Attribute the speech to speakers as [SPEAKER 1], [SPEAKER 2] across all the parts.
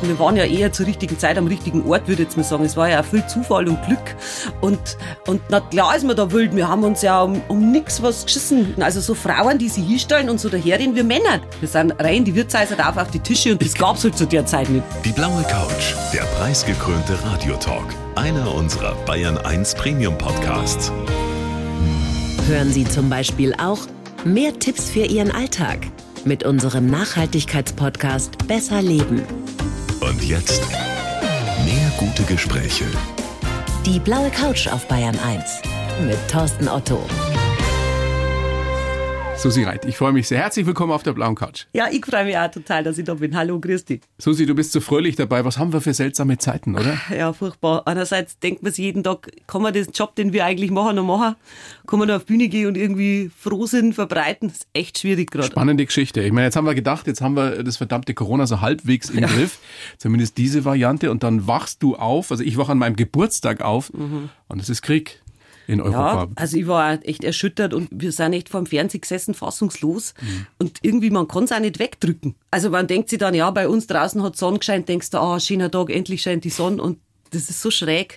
[SPEAKER 1] Wir waren ja eher zur richtigen Zeit am richtigen Ort, würde ich jetzt mal sagen. Es war ja auch viel Zufall und Glück. Und, und na klar ist man da wild. Wir haben uns ja um, um nichts was geschissen. Also so Frauen, die sich hinstellen und so daherreden wir Männer. Wir sind rein die Wirtshäuser rauf auf die Tische und das gab's halt zu der Zeit nicht.
[SPEAKER 2] Die blaue Couch, der preisgekrönte Radiotalk. Einer unserer Bayern 1 Premium Podcasts.
[SPEAKER 3] Hören Sie zum Beispiel auch mehr Tipps für Ihren Alltag mit unserem Nachhaltigkeitspodcast Besser Leben.
[SPEAKER 2] Und jetzt mehr gute Gespräche.
[SPEAKER 3] Die blaue Couch auf Bayern 1 mit Thorsten Otto.
[SPEAKER 4] Susi Reit, ich freue mich sehr. Herzlich willkommen auf der blauen Couch.
[SPEAKER 1] Ja, ich freue mich auch total, dass ich da bin. Hallo, grüß dich.
[SPEAKER 4] Susi, du bist so fröhlich dabei. Was haben wir für seltsame Zeiten, oder?
[SPEAKER 1] Ja, furchtbar. Einerseits denkt man sich jeden Tag, kann man den Job, den wir eigentlich machen, noch machen? Kann man noch auf die Bühne gehen und irgendwie Frohsinn verbreiten? Das ist echt schwierig gerade.
[SPEAKER 4] Spannende Geschichte. Ich meine, jetzt haben wir gedacht, jetzt haben wir das verdammte Corona so halbwegs im Griff. Zumindest diese Variante. Und dann wachst du auf. Also ich wache an meinem Geburtstag auf und es ist Krieg in Europa.
[SPEAKER 1] Mhm. Ja, also ich war echt erschüttert und wir sind echt vor dem Fernseher gesessen, fassungslos. Und irgendwie, man kann es auch nicht wegdrücken. Also man denkt sich dann, ja, bei uns draußen hat Sonne gescheint, denkst du, ah, schöner Tag, endlich scheint die Sonne. Und das ist so schräg.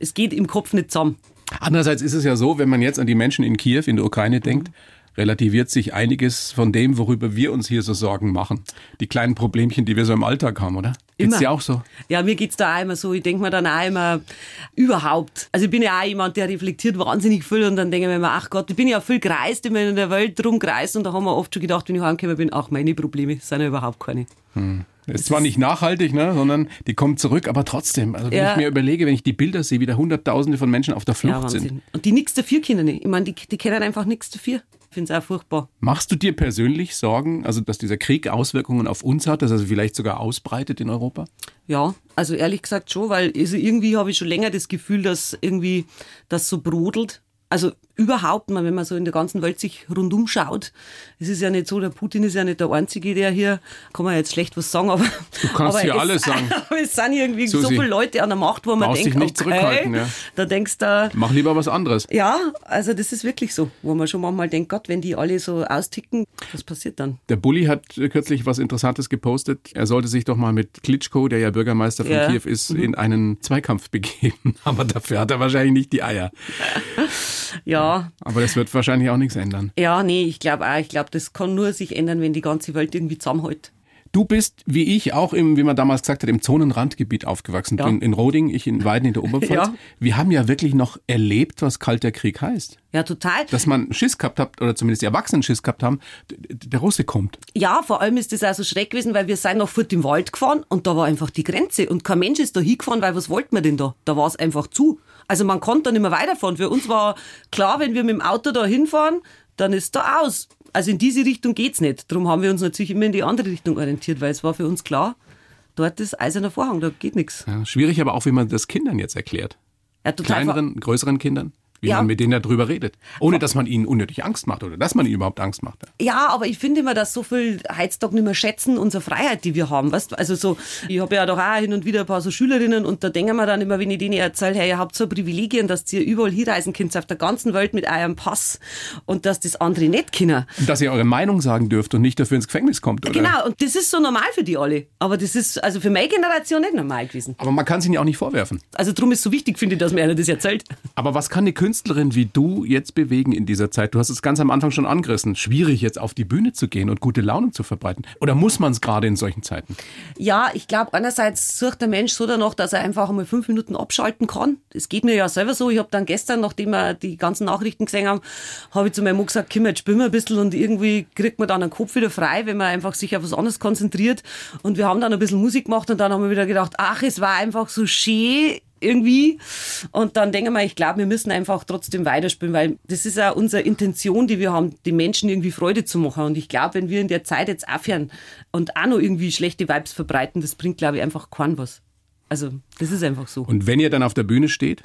[SPEAKER 1] Es geht im Kopf nicht zusammen.
[SPEAKER 4] Andererseits ist es ja so, wenn man jetzt an die Menschen in Kiew, in der Ukraine
[SPEAKER 1] Mhm.
[SPEAKER 4] denkt, relativiert sich einiges von dem, worüber wir uns hier so Sorgen machen. Die kleinen Problemchen, die wir so im Alltag haben, oder? Geht's
[SPEAKER 1] Immer.
[SPEAKER 4] dir auch so?
[SPEAKER 1] Ja, mir geht's da auch immer so. Ich denk mir dann auch immer, überhaupt. Also ich bin ja auch jemand, der reflektiert wahnsinnig viel und dann denke ich mir immer, ach Gott, ich bin ja viel gereist, immer in der Welt rumgereist und da haben wir oft schon gedacht, wenn ich heimgekommen bin, ach, meine Probleme sind ja überhaupt keine.
[SPEAKER 4] Ist zwar nicht nachhaltig, ne, sondern die kommt zurück, aber trotzdem. Also wenn
[SPEAKER 1] Ja.
[SPEAKER 4] ich mir überlege, wenn ich die Bilder sehe, wie da Hunderttausende von Menschen auf der Flucht
[SPEAKER 1] Ja, Wahnsinn.
[SPEAKER 4] sind.
[SPEAKER 1] Und die nichts dafür können nicht. Ich meine, die, die kennen einfach nichts dafür. Ich finde es auch furchtbar.
[SPEAKER 4] Machst du dir persönlich Sorgen, also dass dieser Krieg Auswirkungen auf uns hat, dass er sich vielleicht sogar ausbreitet in Europa?
[SPEAKER 1] Ja, also ehrlich gesagt schon, weil also irgendwie habe ich schon länger das Gefühl, dass irgendwie das so brodelt. Also überhaupt, man, wenn man so in der ganzen Welt sich rundum schaut, es ist ja nicht so, der Putin ist ja nicht der Einzige, der hier, kann man jetzt schlecht was sagen, aber... Du
[SPEAKER 4] kannst
[SPEAKER 1] aber
[SPEAKER 4] hier
[SPEAKER 1] es,
[SPEAKER 4] alles sagen.
[SPEAKER 1] Aber es sind irgendwie so
[SPEAKER 4] Susi,
[SPEAKER 1] viele Leute an der Macht, wo man
[SPEAKER 4] brauchst
[SPEAKER 1] denkt,
[SPEAKER 4] dich nicht
[SPEAKER 1] okay,
[SPEAKER 4] zurückhalten, ja.
[SPEAKER 1] da denkst du,
[SPEAKER 4] Mach lieber was anderes.
[SPEAKER 1] ja, also das ist wirklich so, wo man schon manchmal denkt, Gott, wenn die alle so austicken, was passiert dann?
[SPEAKER 4] Der Bulli hat äh, kürzlich was Interessantes gepostet. Er sollte sich doch mal mit Klitschko, der ja Bürgermeister von
[SPEAKER 1] Ja. Mhm.
[SPEAKER 4] Kiew ist, in einen Zweikampf begeben. Aber dafür hat er wahrscheinlich nicht die Eier.
[SPEAKER 1] Ja,
[SPEAKER 4] Aber das wird wahrscheinlich auch nichts ändern.
[SPEAKER 1] Ja, nee, ich glaube auch. Ich glaube, das kann nur sich ändern, wenn die ganze Welt irgendwie zusammenhält.
[SPEAKER 4] Du bist, wie ich, auch im, wie man damals gesagt hat, im Zonenrandgebiet aufgewachsen. Du
[SPEAKER 1] Ja.
[SPEAKER 4] in, in Roding, ich in Weiden in der Oberpfalz.
[SPEAKER 1] Ja.
[SPEAKER 4] Wir haben ja wirklich noch erlebt, was Kalter Krieg heißt.
[SPEAKER 1] Ja, total.
[SPEAKER 4] Dass man Schiss gehabt hat, oder zumindest die Erwachsenen Schiss gehabt haben, d- d- der Russe kommt.
[SPEAKER 1] Ja, vor allem ist das auch so schreck gewesen, weil wir sind noch fort im Wald gefahren und da war einfach die Grenze und kein Mensch ist da hingefahren, weil was wollten wir denn da? Da war es einfach zu. Also man konnte da nicht mehr weiterfahren. Für uns war klar, wenn wir mit dem Auto da hinfahren, dann ist da aus. Also in diese Richtung geht's nicht. Darum haben wir uns natürlich immer in die andere Richtung orientiert, weil es war für uns klar, dort ist eiserner Vorhang, da geht nichts.
[SPEAKER 4] Ja, schwierig aber auch, wie man das Kindern jetzt erklärt.
[SPEAKER 1] Ja, total ver-
[SPEAKER 4] kleineren, größeren Kindern, wie
[SPEAKER 1] Ja.
[SPEAKER 4] man mit denen darüber redet. Ohne dass man ihnen unnötig Angst macht oder dass man ihnen überhaupt Angst macht.
[SPEAKER 1] Ja, aber ich finde immer, dass so viel heutzutage nicht mehr schätzen, unsere Freiheit, die wir haben. Weißt? du? Also so, ich habe ja doch auch hin und wieder ein paar so Schülerinnen und da denken wir dann immer, wenn ich denen erzähle, hey, ihr habt so Privilegien, dass ihr überall hinreisen könnt, auf der ganzen Welt mit eurem Pass und dass das andere nicht können.
[SPEAKER 4] Und dass ihr eure Meinung sagen dürft und nicht dafür ins Gefängnis kommt. Oder?
[SPEAKER 1] Genau, und das ist so normal für die alle. Aber das ist also für meine Generation nicht normal gewesen.
[SPEAKER 4] Aber man kann es ihnen ja auch nicht vorwerfen.
[SPEAKER 1] Also drum ist so wichtig, finde ich, dass mir einer das erzählt.
[SPEAKER 4] Aber was kann eine Künstlerin wie du jetzt bewegen in dieser Zeit? Du hast es ganz am Anfang schon angerissen. Schwierig jetzt auf die Bühne zu gehen und gute Laune zu verbreiten. Oder muss man es gerade in solchen Zeiten?
[SPEAKER 1] Ja, ich glaube, einerseits sucht der Mensch so danach, dass er einfach mal fünf Minuten abschalten kann. Das geht mir ja selber so. Ich habe dann gestern, nachdem wir die ganzen Nachrichten gesehen haben, habe ich zu meinem Mann gesagt, komm, jetzt spielen wir ein bisschen und irgendwie kriegt man dann den Kopf wieder frei, wenn man einfach sich auf was anderes konzentriert. Und wir haben dann ein bisschen Musik gemacht und dann haben wir wieder gedacht, ach, es war einfach so schön irgendwie. Und dann denke ich mir, ich glaube, wir müssen einfach trotzdem weiterspielen, weil das ist ja unsere Intention, die wir haben, den Menschen irgendwie Freude zu machen. Und ich glaube, wenn wir in der Zeit jetzt aufhören und auch noch irgendwie schlechte Vibes verbreiten, das bringt, glaube ich, einfach keinen was. Also, das ist einfach so.
[SPEAKER 4] Und wenn ihr dann auf der Bühne steht,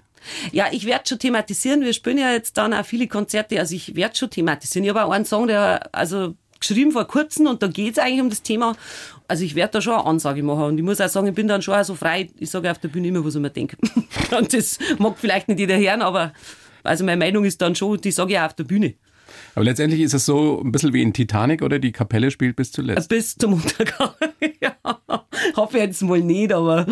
[SPEAKER 1] Ja, ich werde schon thematisieren. Wir spielen ja jetzt dann auch viele Konzerte. Also ich werde schon thematisieren. Ich habe auch einen Song, der also geschrieben vor kurzem und da geht's eigentlich um das Thema. Also ich werde da schon eine Ansage machen und ich muss auch sagen, ich bin dann schon auch so frei. Ich sage auf der Bühne immer, was ich mir denke. Und das mag vielleicht nicht jeder hören, aber also meine Meinung ist dann schon, die sage ich auch auf der Bühne.
[SPEAKER 4] aber letztendlich ist es
[SPEAKER 1] Also,
[SPEAKER 4] so ein bisschen wie in Titanic, oder? Die Kapelle spielt bis zuletzt.
[SPEAKER 1] Bis zum Untergang. ja. Hoffe jetzt mal nicht, aber,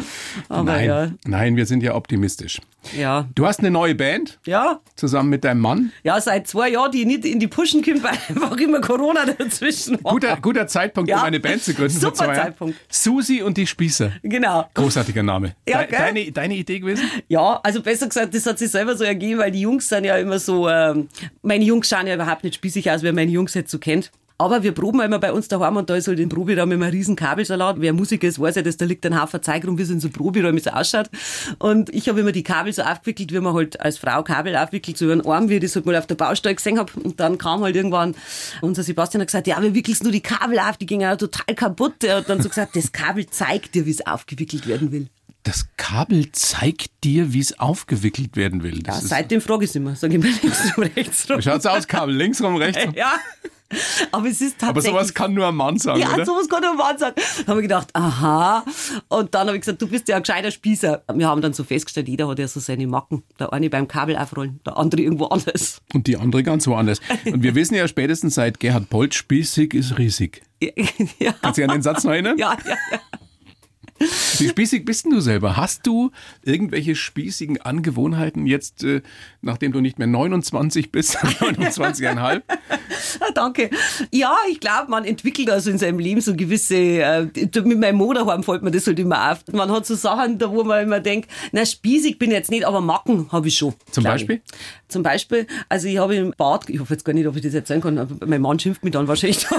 [SPEAKER 1] aber
[SPEAKER 4] Nein,
[SPEAKER 1] ja.
[SPEAKER 4] nein, wir sind ja optimistisch.
[SPEAKER 1] Ja.
[SPEAKER 4] Du hast eine neue Band
[SPEAKER 1] Ja,
[SPEAKER 4] zusammen mit deinem Mann.
[SPEAKER 1] ja, seit zwei Jahren, die ich nicht in die Pushen komme, weil einfach immer Corona dazwischen war.
[SPEAKER 4] Guter, guter Zeitpunkt,
[SPEAKER 1] Oh, Ja.
[SPEAKER 4] um eine Band zu gründen.
[SPEAKER 1] Super
[SPEAKER 4] vor zwei Jahren.
[SPEAKER 1] Zeitpunkt.
[SPEAKER 4] Susi und die Spießer.
[SPEAKER 1] Genau.
[SPEAKER 4] Großartiger Name.
[SPEAKER 1] Ja,
[SPEAKER 4] Dei-
[SPEAKER 1] gell?
[SPEAKER 4] deine, deine Idee gewesen?
[SPEAKER 1] Ja, also besser gesagt, das hat sich selber so ergeben, weil die Jungs sind ja immer so, ähm, meine Jungs schauen ja überhaupt nicht spießig aus, wer meine Jungs jetzt so kennt. Aber wir proben immer bei uns daheim und da ist halt im Proberaum immer ein riesen Kabelsalat. Wer Musiker ist, weiß ja, dass da liegt ein Haufen Zeug rum, wie es in so Proberäumen so ausschaut. Und ich habe immer die Kabel so aufgewickelt, wie man halt als Frau Kabel aufwickelt, so über den Arm, wie ich das halt mal auf der Baustelle gesehen habe. Und dann kam halt irgendwann unser Sebastian hat gesagt, ja, wir wickelst nur die Kabel auf, die gingen ja total kaputt. Er hat dann so gesagt, das Kabel zeigt dir, wie es aufgewickelt werden will.
[SPEAKER 4] Das Kabel zeigt dir, wie es aufgewickelt werden will.
[SPEAKER 1] Ja,
[SPEAKER 4] Das ist-
[SPEAKER 1] seitdem frage ich immer. Sag ich mir links rum, rechts rum.
[SPEAKER 4] Schaut's aus, Kabel links rum, rechts rum.
[SPEAKER 1] Ja. Aber es ist
[SPEAKER 4] Aber
[SPEAKER 1] tatsächlich.
[SPEAKER 4] sowas kann nur ein Mann sagen,
[SPEAKER 1] ja,
[SPEAKER 4] oder?
[SPEAKER 1] sowas kann der Mann sagen. Da habe ich gedacht, aha. Und dann habe ich gesagt, du bist ja ein gescheiter Spießer. Wir haben dann so festgestellt, jeder hat ja so seine Macken. Der eine beim Kabel aufrollen, der andere irgendwo anders.
[SPEAKER 4] Und die andere ganz woanders. Und wir wissen ja spätestens seit Gerhard Polt, spießig ist riesig.
[SPEAKER 1] Ja. ja.
[SPEAKER 4] Kannst du dich an den Satz noch erinnern?
[SPEAKER 1] Ja, ja, ja.
[SPEAKER 4] Wie spießig bist denn du selber? Hast du irgendwelche spießigen Angewohnheiten jetzt, äh, nachdem du nicht mehr 29 bist, sondern 29,5?
[SPEAKER 1] Ah, Danke. Ja, ich glaube, man entwickelt also in seinem Leben so gewisse, äh, mit meinem Moderhorn fällt mir das halt immer auf. Man hat so Sachen, da wo man immer denkt, na, spießig bin ich jetzt nicht, aber Macken habe ich schon.
[SPEAKER 4] Zum
[SPEAKER 1] glaub ich.
[SPEAKER 4] Beispiel?
[SPEAKER 1] Zum Beispiel, also ich habe im Bad, ich hoffe jetzt gar nicht, ob ich das erzählen kann, aber mein Mann schimpft mich dann wahrscheinlich.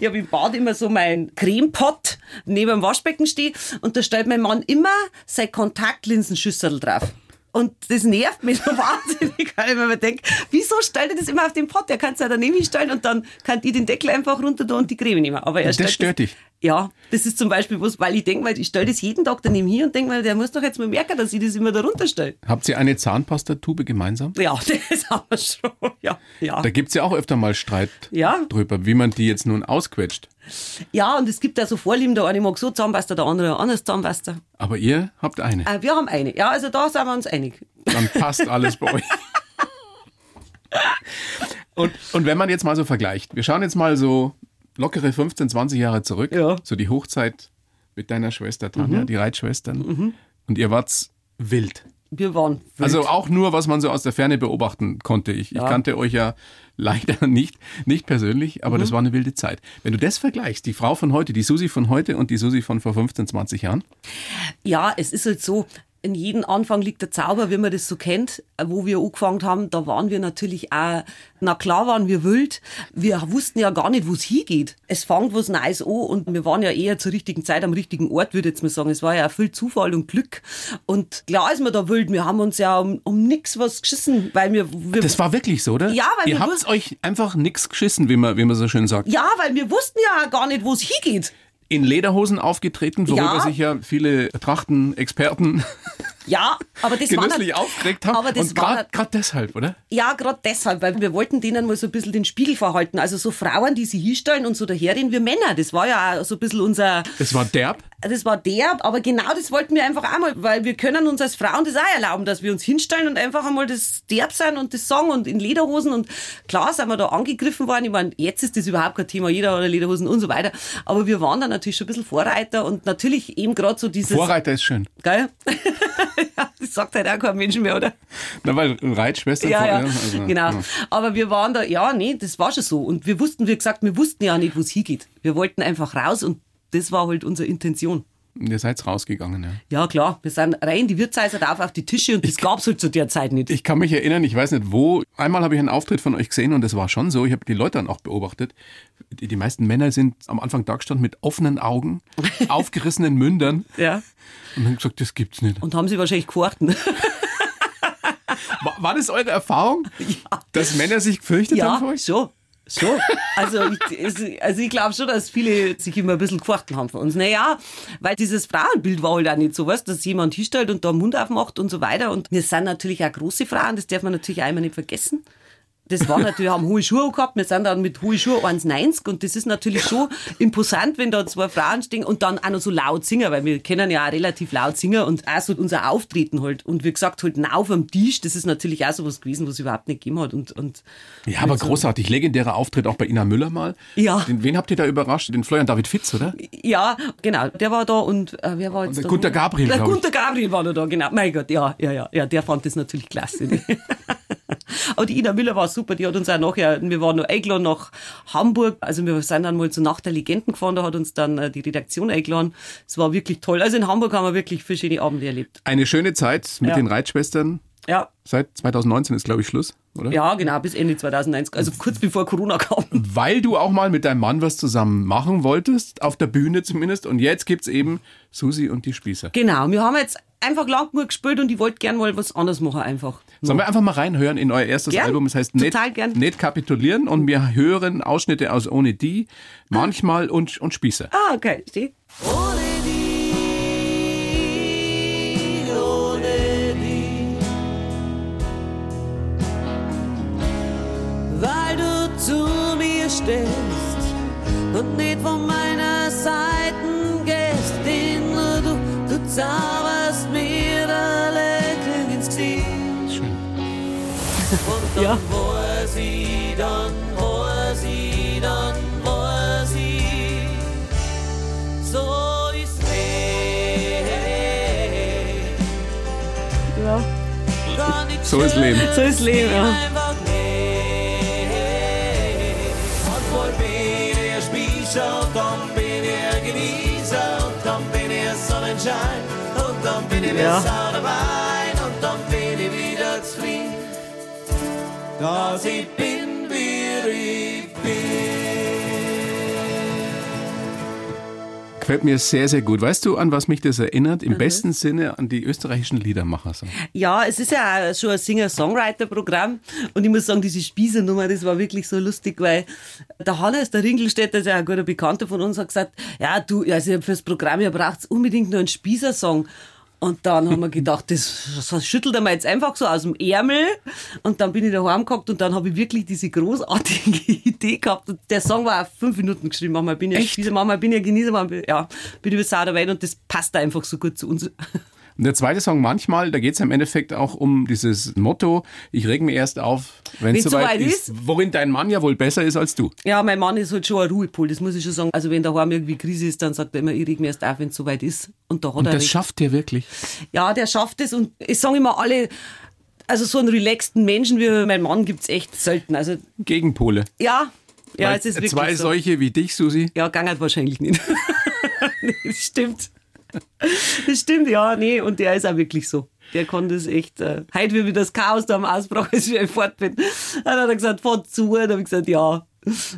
[SPEAKER 1] Ich habe im Bad immer so meinen Cremepot neben dem Waschbecken stehen und da stellt mein Mann immer sein Kontaktlinsenschüssel drauf. Und das nervt mich so wahnsinnig, weil ich mir immer denke, wieso stellt er das immer auf den Pott? Er kann es ja daneben hinstellen und dann kann ich den Deckel einfach runter tun und die Creme nehmen. Aber er
[SPEAKER 4] Das
[SPEAKER 1] stellt
[SPEAKER 4] stört dich?
[SPEAKER 1] Ja, das ist zum Beispiel was, weil ich denke, weil ich stelle das jeden Tag daneben hier und denke mir, der muss doch jetzt mal merken, dass ich das immer da runterstelle.
[SPEAKER 4] Habt ihr eine Zahnpastatube gemeinsam?
[SPEAKER 1] Ja, das haben wir schon. Ja, ja.
[SPEAKER 4] Da gibt's ja auch öfter mal Streit
[SPEAKER 1] Ja.
[SPEAKER 4] drüber, wie man die jetzt nun ausquetscht.
[SPEAKER 1] ja und es gibt da so Vorlieben, der eine mag so Zahnpasta, der andere ein anderes Zahnpasta.
[SPEAKER 4] Aber ihr habt eine.
[SPEAKER 1] Äh, wir haben eine. Ja, also da sind wir uns einig.
[SPEAKER 4] Dann passt alles bei euch. Und, und wenn man jetzt mal so vergleicht, wir schauen jetzt mal so lockere 15, 20 Jahre zurück,
[SPEAKER 1] Ja. Mhm.
[SPEAKER 4] so die Hochzeit mit deiner Schwester Tanja, die Reitschwestern. Und ihr wart's wild.
[SPEAKER 1] Wir waren Mhm. wild.
[SPEAKER 4] Also auch nur, was man so aus der Ferne beobachten konnte. Ich, ich kannte euch ja leider nicht, nicht persönlich, aber
[SPEAKER 1] Mhm.
[SPEAKER 4] das war eine wilde Zeit. Wenn du das vergleichst, die Frau von heute, die Susi von heute und die Susi von vor 15, 20 Jahren,
[SPEAKER 1] ja, es ist halt so, in jedem Anfang liegt der Zauber, wie man das so kennt. Äh, Wo wir angefangen haben, da waren wir natürlich auch, na klar waren wir wild. Wir wussten ja gar nicht, wo es hingeht. Es fängt was Neues an und wir waren ja eher zur richtigen Zeit am richtigen Ort, würde ich jetzt mal sagen. Es war ja viel Zufall und Glück. Und klar ist man da wild. Wir haben uns ja um, um nichts was geschissen, weil wir, wir
[SPEAKER 4] das war wirklich so, oder?
[SPEAKER 1] Ja, weil
[SPEAKER 4] ihr
[SPEAKER 1] wir
[SPEAKER 4] habt
[SPEAKER 1] wus-
[SPEAKER 4] euch einfach nix geschissen, wie man, wie man so schön sagt.
[SPEAKER 1] ja, weil wir wussten ja auch gar nicht, wo es hingeht.
[SPEAKER 4] In Lederhosen aufgetreten, worüber
[SPEAKER 1] Ja.
[SPEAKER 4] sich ja viele Trachten-Experten
[SPEAKER 1] Ja, aber das war
[SPEAKER 4] genüsslich
[SPEAKER 1] nat-
[SPEAKER 4] aufgeregt haben.
[SPEAKER 1] Aber das
[SPEAKER 4] und
[SPEAKER 1] war nat-
[SPEAKER 4] gerade deshalb, oder?
[SPEAKER 1] Ja, gerade deshalb, weil wir wollten denen mal so ein bisschen den Spiegel verhalten. Also so Frauen, die sie hinstellen und so daherreden wir Männer. Das war ja auch so ein bisschen unser,
[SPEAKER 4] Das war derb.
[SPEAKER 1] das war derb, aber genau das wollten wir einfach einmal, weil wir können uns als Frauen das auch erlauben, dass wir uns hinstellen und einfach einmal das derb sein und das sagen und in Lederhosen und klar sind wir da angegriffen worden. Ich meine, jetzt ist das überhaupt kein Thema, jeder hat Lederhosen und so weiter. Aber wir waren da natürlich schon ein bisschen Vorreiter und natürlich eben gerade so dieses,
[SPEAKER 4] Vorreiter ist schön.
[SPEAKER 1] geil? das sagt halt auch kein Mensch mehr, oder?
[SPEAKER 4] Na, weil Reitschwester
[SPEAKER 1] Ja,
[SPEAKER 4] vor-
[SPEAKER 1] ja,
[SPEAKER 4] also,
[SPEAKER 1] genau.
[SPEAKER 4] ja.
[SPEAKER 1] Aber wir waren da, ja, nee, das war schon so. Und wir wussten, wie gesagt, wir wussten ja nicht, wo es hingeht. Wir wollten einfach raus und das war halt unsere Intention.
[SPEAKER 4] Ihr seid rausgegangen, ja.
[SPEAKER 1] Ja, klar, wir sind rein, die Wirtshäuser drauf auf die Tische und das gab's halt zu der Zeit nicht.
[SPEAKER 4] Ich kann mich erinnern, ich weiß nicht wo. Einmal habe ich einen Auftritt von euch gesehen und das war schon so. Ich habe die Leute dann auch beobachtet. Die, die meisten Männer sind am Anfang da gestanden mit offenen Augen, aufgerissenen Mündern
[SPEAKER 1] ja.
[SPEAKER 4] und haben gesagt, das gibt's nicht.
[SPEAKER 1] Und haben sie wahrscheinlich ne? gehorten.
[SPEAKER 4] War, war das eure Erfahrung, dass Männer sich gefürchtet haben vor
[SPEAKER 1] ja,
[SPEAKER 4] euch?
[SPEAKER 1] schon. Schon. Also ich, es- also ich glaube schon, dass viele sich immer ein bisschen gefurchten haben von uns. Naja, weil dieses Frauenbild war halt auch nicht so, weißt, dass jemand hinstellt und da den Mund aufmacht und so weiter. Und wir sind natürlich auch große Frauen, das darf man natürlich auch immer nicht vergessen. das war natürlich, haben hohe Schuhe gehabt. Wir sind dann mit hohe Schuhe 1,90 und das ist natürlich schon imposant, wenn da zwei Frauen stehen und dann auch noch so laut singen, weil wir kennen ja auch relativ laut singen und auch so unser Auftreten halt. Und wie gesagt, halt auf am Tisch, das ist natürlich auch sowas gewesen, was es überhaupt nicht gegeben hat. Und, und
[SPEAKER 4] Ja, aber großartig. Legendärer Auftritt auch bei Ina Müller mal.
[SPEAKER 1] Ja.
[SPEAKER 4] Den, wen habt ihr da überrascht? Den Florian David Fitz, oder?
[SPEAKER 1] ja, genau, der war da und äh, wer war jetzt
[SPEAKER 4] der
[SPEAKER 1] da?
[SPEAKER 4] Gunter Gabriel,
[SPEAKER 1] Der
[SPEAKER 4] glaub ich.
[SPEAKER 1] Gunter Gabriel war noch da, genau. Mein Gott, ja, ja, ja, ja, der fand das natürlich klasse. ne? Aber die Ina Müller war super, die hat uns auch nachher, wir waren noch eingeladen nach Hamburg, also wir sind dann mal zur Nacht der Legenden gefahren, da hat uns dann äh, die Redaktion eingeladen. Es war wirklich toll. Also in Hamburg haben wir wirklich viele schöne Abende erlebt.
[SPEAKER 4] Eine schöne Zeit mit
[SPEAKER 1] Ja.
[SPEAKER 4] den Reitschwestern.
[SPEAKER 1] Ja,
[SPEAKER 4] Seit 2019 ist, glaube ich, Schluss, oder?
[SPEAKER 1] ja, genau, bis Ende 2001, also kurz bevor Corona kam.
[SPEAKER 4] Weil du auch mal mit deinem Mann was zusammen machen wolltest, auf der Bühne zumindest. Und jetzt gibt's eben Susi und die Spießer.
[SPEAKER 1] Genau, wir haben jetzt einfach lang genug gespielt und ich wollte gern mal was anderes machen einfach.
[SPEAKER 4] Sollen wir einfach mal reinhören in euer erstes
[SPEAKER 1] Gern.
[SPEAKER 4] Album? Es heißt
[SPEAKER 1] Total
[SPEAKER 4] nicht,
[SPEAKER 1] gern.
[SPEAKER 4] nicht kapitulieren und wir hören Ausschnitte aus Ohne die, manchmal und, und Spießer.
[SPEAKER 1] Ah, okay, steht.
[SPEAKER 5] Ohne die, ohne die, weil du zu mir stehst und nicht von meiner Seite gehst, denn du, du zauberst mir ein Lächeln ins Gesicht. Und dann
[SPEAKER 1] Ja.
[SPEAKER 5] wo er sie, dann wo er sie, dann wo er sie. So ist Leben.
[SPEAKER 1] Ja.
[SPEAKER 5] Gar nicht
[SPEAKER 4] So ist Leben.
[SPEAKER 1] So ist Leben, ja.
[SPEAKER 5] einfach nicht. Und wohl bin ich Spießer, dann bin ich Genießer, und dann bin ich Sonnenschein, und dann bin ich
[SPEAKER 1] Ja.
[SPEAKER 5] besser dabei, und dann bin ich wieder zufrieden, dass ich bin, wie ich bin.
[SPEAKER 4] Gefällt mir sehr, sehr gut. Weißt du, an was mich das erinnert?
[SPEAKER 1] Mhm.
[SPEAKER 4] Im besten Sinne an die österreichischen Liedermacher. So.
[SPEAKER 1] Ja, es ist ja auch schon ein Singer-Songwriter-Programm und ich muss sagen, diese Spießernummer, das war wirklich so lustig, weil der Hannes, der Ringelstädter, ist ja ein guter Bekannter von uns, hat gesagt, ja du, also fürs Programm, ihr braucht unbedingt noch einen Spießersong. Und dann haben wir gedacht, das, das schüttelt er mir jetzt einfach so aus dem Ärmel. Und dann bin ich daheim gehockt und dann habe ich wirklich diese großartige Idee gehabt. Und der Song war auf fünf Minuten geschrieben. Manchmal bin ich ein Spießer, manchmal bin ich ein Genießer, manchmal bin, ja, bin ich über Sau dabei und das passt einfach so gut zu uns.
[SPEAKER 4] Und der zweite Song, manchmal, da geht es im Endeffekt auch um dieses Motto, ich reg mir erst auf, wenn es
[SPEAKER 1] Wenn's
[SPEAKER 4] soweit
[SPEAKER 1] soweit
[SPEAKER 4] ist, worin dein Mann ja wohl besser ist als du.
[SPEAKER 1] Ja, mein Mann ist halt schon ein Ruhepol, das muss ich schon sagen. Also wenn daheim irgendwie Krise ist, dann sagt er immer, ich reg mir erst auf, wenn es soweit ist. Und da hat er
[SPEAKER 4] Das
[SPEAKER 1] recht.
[SPEAKER 4] schafft dir wirklich.
[SPEAKER 1] Ja, der schafft es und ich sage immer alle, also so einen relaxten Menschen wie mein Mann gibt's echt selten. Also
[SPEAKER 4] Gegenpole.
[SPEAKER 1] ja, ja,
[SPEAKER 4] Weil
[SPEAKER 1] es ist wirklich
[SPEAKER 4] Zwei
[SPEAKER 1] so.
[SPEAKER 4] solche wie dich, Susi.
[SPEAKER 1] Ja, gang halt wahrscheinlich nicht. nee, das stimmt. Das stimmt, ja, nee, und der ist auch wirklich so. Der kann das echt. Äh, heute, wie wir das Chaos da am Ausbruch, als ich fort bin, dann hat er gesagt, fahr zu. Dann habe ich gesagt, ja.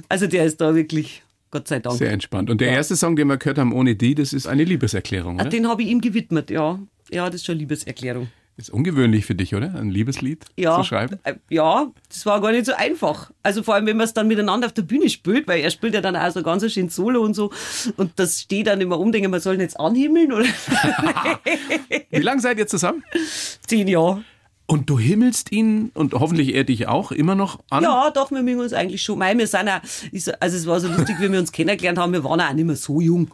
[SPEAKER 1] Also der ist da wirklich, Gott sei Dank.
[SPEAKER 4] Sehr entspannt. Und der erste Song, den wir gehört haben, ohne die, das ist eine Liebeserklärung.
[SPEAKER 1] Ah,
[SPEAKER 4] Oder?
[SPEAKER 1] Den habe ich ihm gewidmet, ja. Ja, das ist schon eine Liebeserklärung.
[SPEAKER 4] Ist ungewöhnlich für dich, oder? Ein Liebeslied
[SPEAKER 1] Ja.
[SPEAKER 4] zu schreiben.
[SPEAKER 1] Äh, Ja, das war gar nicht so einfach. Also vor allem, wenn man es dann miteinander auf der Bühne spielt, weil er spielt ja dann auch so ganz schön Solo und so. Und das steht dann immer um, denke man soll ihn jetzt anhimmeln oder
[SPEAKER 4] Wie lange seid ihr zusammen?
[SPEAKER 1] zehn Jahre.
[SPEAKER 4] Und du himmelst ihn und hoffentlich er dich auch immer noch an.
[SPEAKER 1] Ja, doch, wir mögen uns eigentlich schon. Mei, wir sind auch, ich so- also es war so lustig, wie wir uns kennengelernt haben, wir waren auch nicht mehr so jung.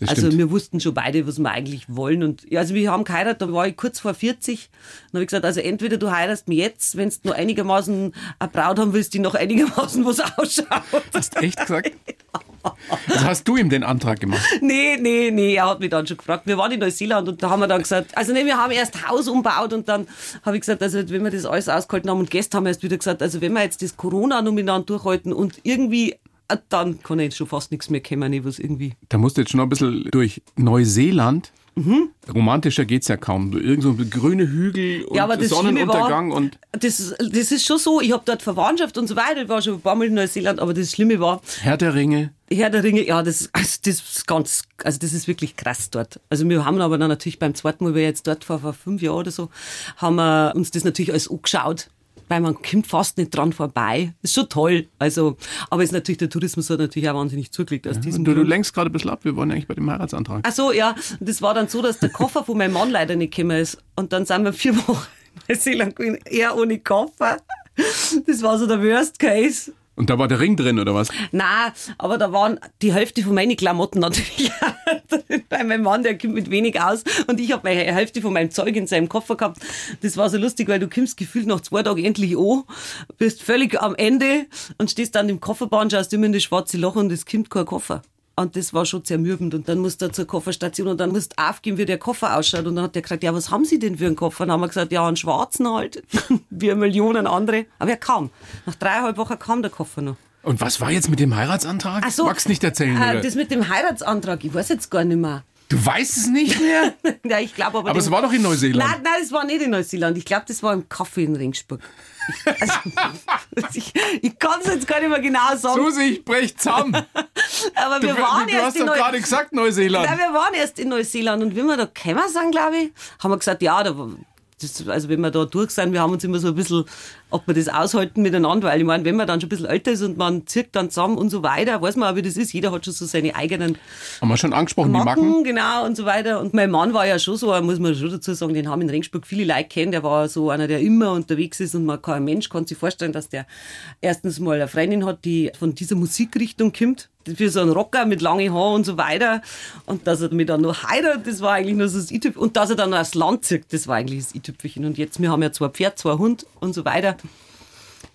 [SPEAKER 4] Das
[SPEAKER 1] also
[SPEAKER 4] stimmt.
[SPEAKER 1] wir wussten schon beide, was wir eigentlich wollen. Und ja, also wir haben geheiratet, da war ich kurz vor 40. Dann habe ich gesagt, also entweder du heiratest mich jetzt, wenn du noch einigermaßen eine Braut haben willst, die noch einigermaßen was ausschaut.
[SPEAKER 4] Hast echt gesagt? Also hast du ihm den Antrag gemacht?
[SPEAKER 1] nee, nee, nee, er hat mich dann schon gefragt. Wir waren in Neuseeland und da haben wir dann gesagt, also nee, wir haben erst Haus umbaut und dann habe ich gesagt, also wenn wir das alles ausgehalten haben und gestern haben wir erst wieder gesagt, also wenn wir jetzt das Corona nominant durchhalten und irgendwie, ah, dann kann jetzt schon fast nichts mehr kommen, nee, was irgendwie.
[SPEAKER 4] Da musst du jetzt schon noch ein bisschen durch Neuseeland. Romantischer geht's ja kaum. Irgend so grüne Hügel und
[SPEAKER 1] Mhm. Ja, aber das
[SPEAKER 4] Sonnenuntergang
[SPEAKER 1] Schlimme war,
[SPEAKER 4] und
[SPEAKER 1] Das, das ist schon so, ich habe dort Verwandtschaft und so weiter, ich war schon ein paar Mal in Neuseeland, aber das Schlimme war,
[SPEAKER 4] Herr der Ringe.
[SPEAKER 1] Herr der Ringe, ja, das, also das ist ganz, also das ist wirklich krass dort. Also wir haben aber dann natürlich beim zweiten Mal, weil ich jetzt dort war, vor fünf Jahren oder so, haben wir uns das natürlich alles angeschaut, weil man kommt fast nicht dran vorbei. Ist schon toll. Also, aber ist natürlich, der Tourismus hat natürlich auch wahnsinnig zugelegt aus
[SPEAKER 4] Du,
[SPEAKER 1] diesem
[SPEAKER 4] du
[SPEAKER 1] Grund.
[SPEAKER 4] lenkst gerade ein bisschen ab. Wir wollen eigentlich bei dem Heiratsantrag.
[SPEAKER 1] Ach so, ja. Und das war dann so, dass der Koffer von meinem Mann leider nicht gekommen ist. Und dann sind wir vier Wochen in Neuseeland gewesen, er ohne Koffer. Das war so der Worst Case.
[SPEAKER 4] Und da war der Ring drin, oder was?
[SPEAKER 1] Na, aber da waren die Hälfte von meinen Klamotten natürlich auch drin, weil mein Mann, der kommt mit wenig aus und ich habe meine Hälfte von meinem Zeug in seinem Koffer gehabt. Das war so lustig, weil du kommst gefühlt nach zwei Tagen endlich an, bist völlig am Ende und stehst dann im Kofferbahn, schaust immer in das schwarze Loch und es kommt kein Koffer. Und das war schon zermürbend. Und dann musst du zur Kofferstation und dann musst du aufgeben, wie der Koffer ausschaut. Und dann hat der gesagt, ja, was haben Sie denn für einen Koffer? Und dann haben wir gesagt, ja, einen schwarzen halt, wie Millionen andere. Aber er kam. Nach dreieinhalb Wochen kam der Koffer noch.
[SPEAKER 4] Und was war jetzt mit dem Heiratsantrag?
[SPEAKER 1] Ach so,
[SPEAKER 4] Magst nicht erzählen,
[SPEAKER 1] äh,
[SPEAKER 4] oder?
[SPEAKER 1] Das mit dem Heiratsantrag, ich weiß jetzt gar nicht mehr.
[SPEAKER 4] Du weißt es nicht mehr?
[SPEAKER 1] ja, ich glaube aber.
[SPEAKER 4] Aber
[SPEAKER 1] dem-
[SPEAKER 4] es war doch in Neuseeland.
[SPEAKER 1] Nein, nein, das war nicht in Neuseeland. Ich glaube, das war im Kaffee in Ringsburg. Ich, also, ich, ich kann es jetzt gar nicht mehr genau sagen.
[SPEAKER 4] Susi, ich brech zusammen.
[SPEAKER 1] aber
[SPEAKER 4] Du,
[SPEAKER 1] wir waren
[SPEAKER 4] du
[SPEAKER 1] erst
[SPEAKER 4] hast
[SPEAKER 1] in
[SPEAKER 4] doch
[SPEAKER 1] Neu-
[SPEAKER 4] gerade gesagt Neuseeland.
[SPEAKER 1] Nein, wir waren erst in Neuseeland und wenn wir da gekommen sind, glaube ich, haben wir gesagt, ja, da, das, also wenn wir da durch sind, wir haben uns immer so ein bisschen, ob wir das aushalten miteinander, weil ich meine, wenn man dann schon ein bisschen älter ist und man zirkt dann zusammen und so weiter, weiß man auch, wie das ist, jeder hat schon so seine eigenen
[SPEAKER 4] Haben wir schon angesprochen, die Macken?
[SPEAKER 1] Macken, genau, und so weiter. Und mein Mann war ja schon so, muss man schon dazu sagen, den haben in Ringsburg viele Leute kennen. Der war so einer, der immer unterwegs ist und man kein Mensch kann sich vorstellen, dass der erstens mal eine Freundin hat, die von dieser Musikrichtung kommt. Für so einen Rocker mit langen Haaren und so weiter. Und dass er mich dann noch heiratet, das war eigentlich nur so das i-Tüpfchen. Und dass er dann noch aufs Land zirkt, das war eigentlich das i-Tüpfelchen. Und jetzt, wir haben ja zwei Pferd, zwei Hund und so weiter.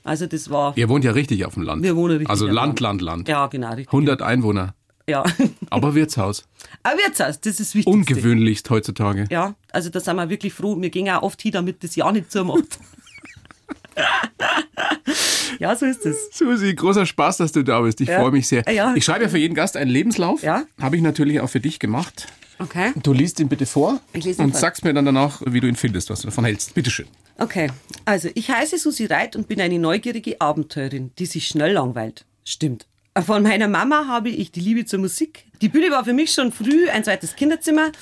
[SPEAKER 1] Also das war,
[SPEAKER 4] Ihr wohnt ja richtig auf dem Land.
[SPEAKER 1] wir wohnen richtig.
[SPEAKER 4] Also
[SPEAKER 1] am
[SPEAKER 4] Land, Land, Land.
[SPEAKER 1] Ja, genau, richtig.
[SPEAKER 4] 100 Einwohner.
[SPEAKER 1] Ja.
[SPEAKER 4] Aber Wirtshaus.
[SPEAKER 1] Aber jetzt, das ist das Wichtigste.
[SPEAKER 4] Ungewöhnlichst heutzutage.
[SPEAKER 1] Ja, also da sind wir wirklich froh. Wir gehen auch oft hin, damit das Jahr nicht zumacht. ja, so ist es.
[SPEAKER 4] Susi, großer Spaß, dass du da bist. Ich
[SPEAKER 1] Ja.
[SPEAKER 4] freue mich sehr.
[SPEAKER 1] Ja.
[SPEAKER 4] Ich schreibe ja für jeden Gast einen Lebenslauf.
[SPEAKER 1] Ja.
[SPEAKER 4] Habe ich natürlich auch für dich gemacht.
[SPEAKER 1] Okay.
[SPEAKER 4] Du liest ihn bitte vor
[SPEAKER 1] Ich lese ihn
[SPEAKER 4] und
[SPEAKER 1] vor.
[SPEAKER 4] sagst mir dann danach, wie du ihn findest, was du davon hältst. Bitteschön.
[SPEAKER 1] Okay. Also, ich heiße Susi Reit und bin eine neugierige Abenteurerin, die sich schnell langweilt. Stimmt. Von meiner Mama habe ich die Liebe zur Musik. Die Bühne war für mich schon früh ein zweites Kinderzimmer.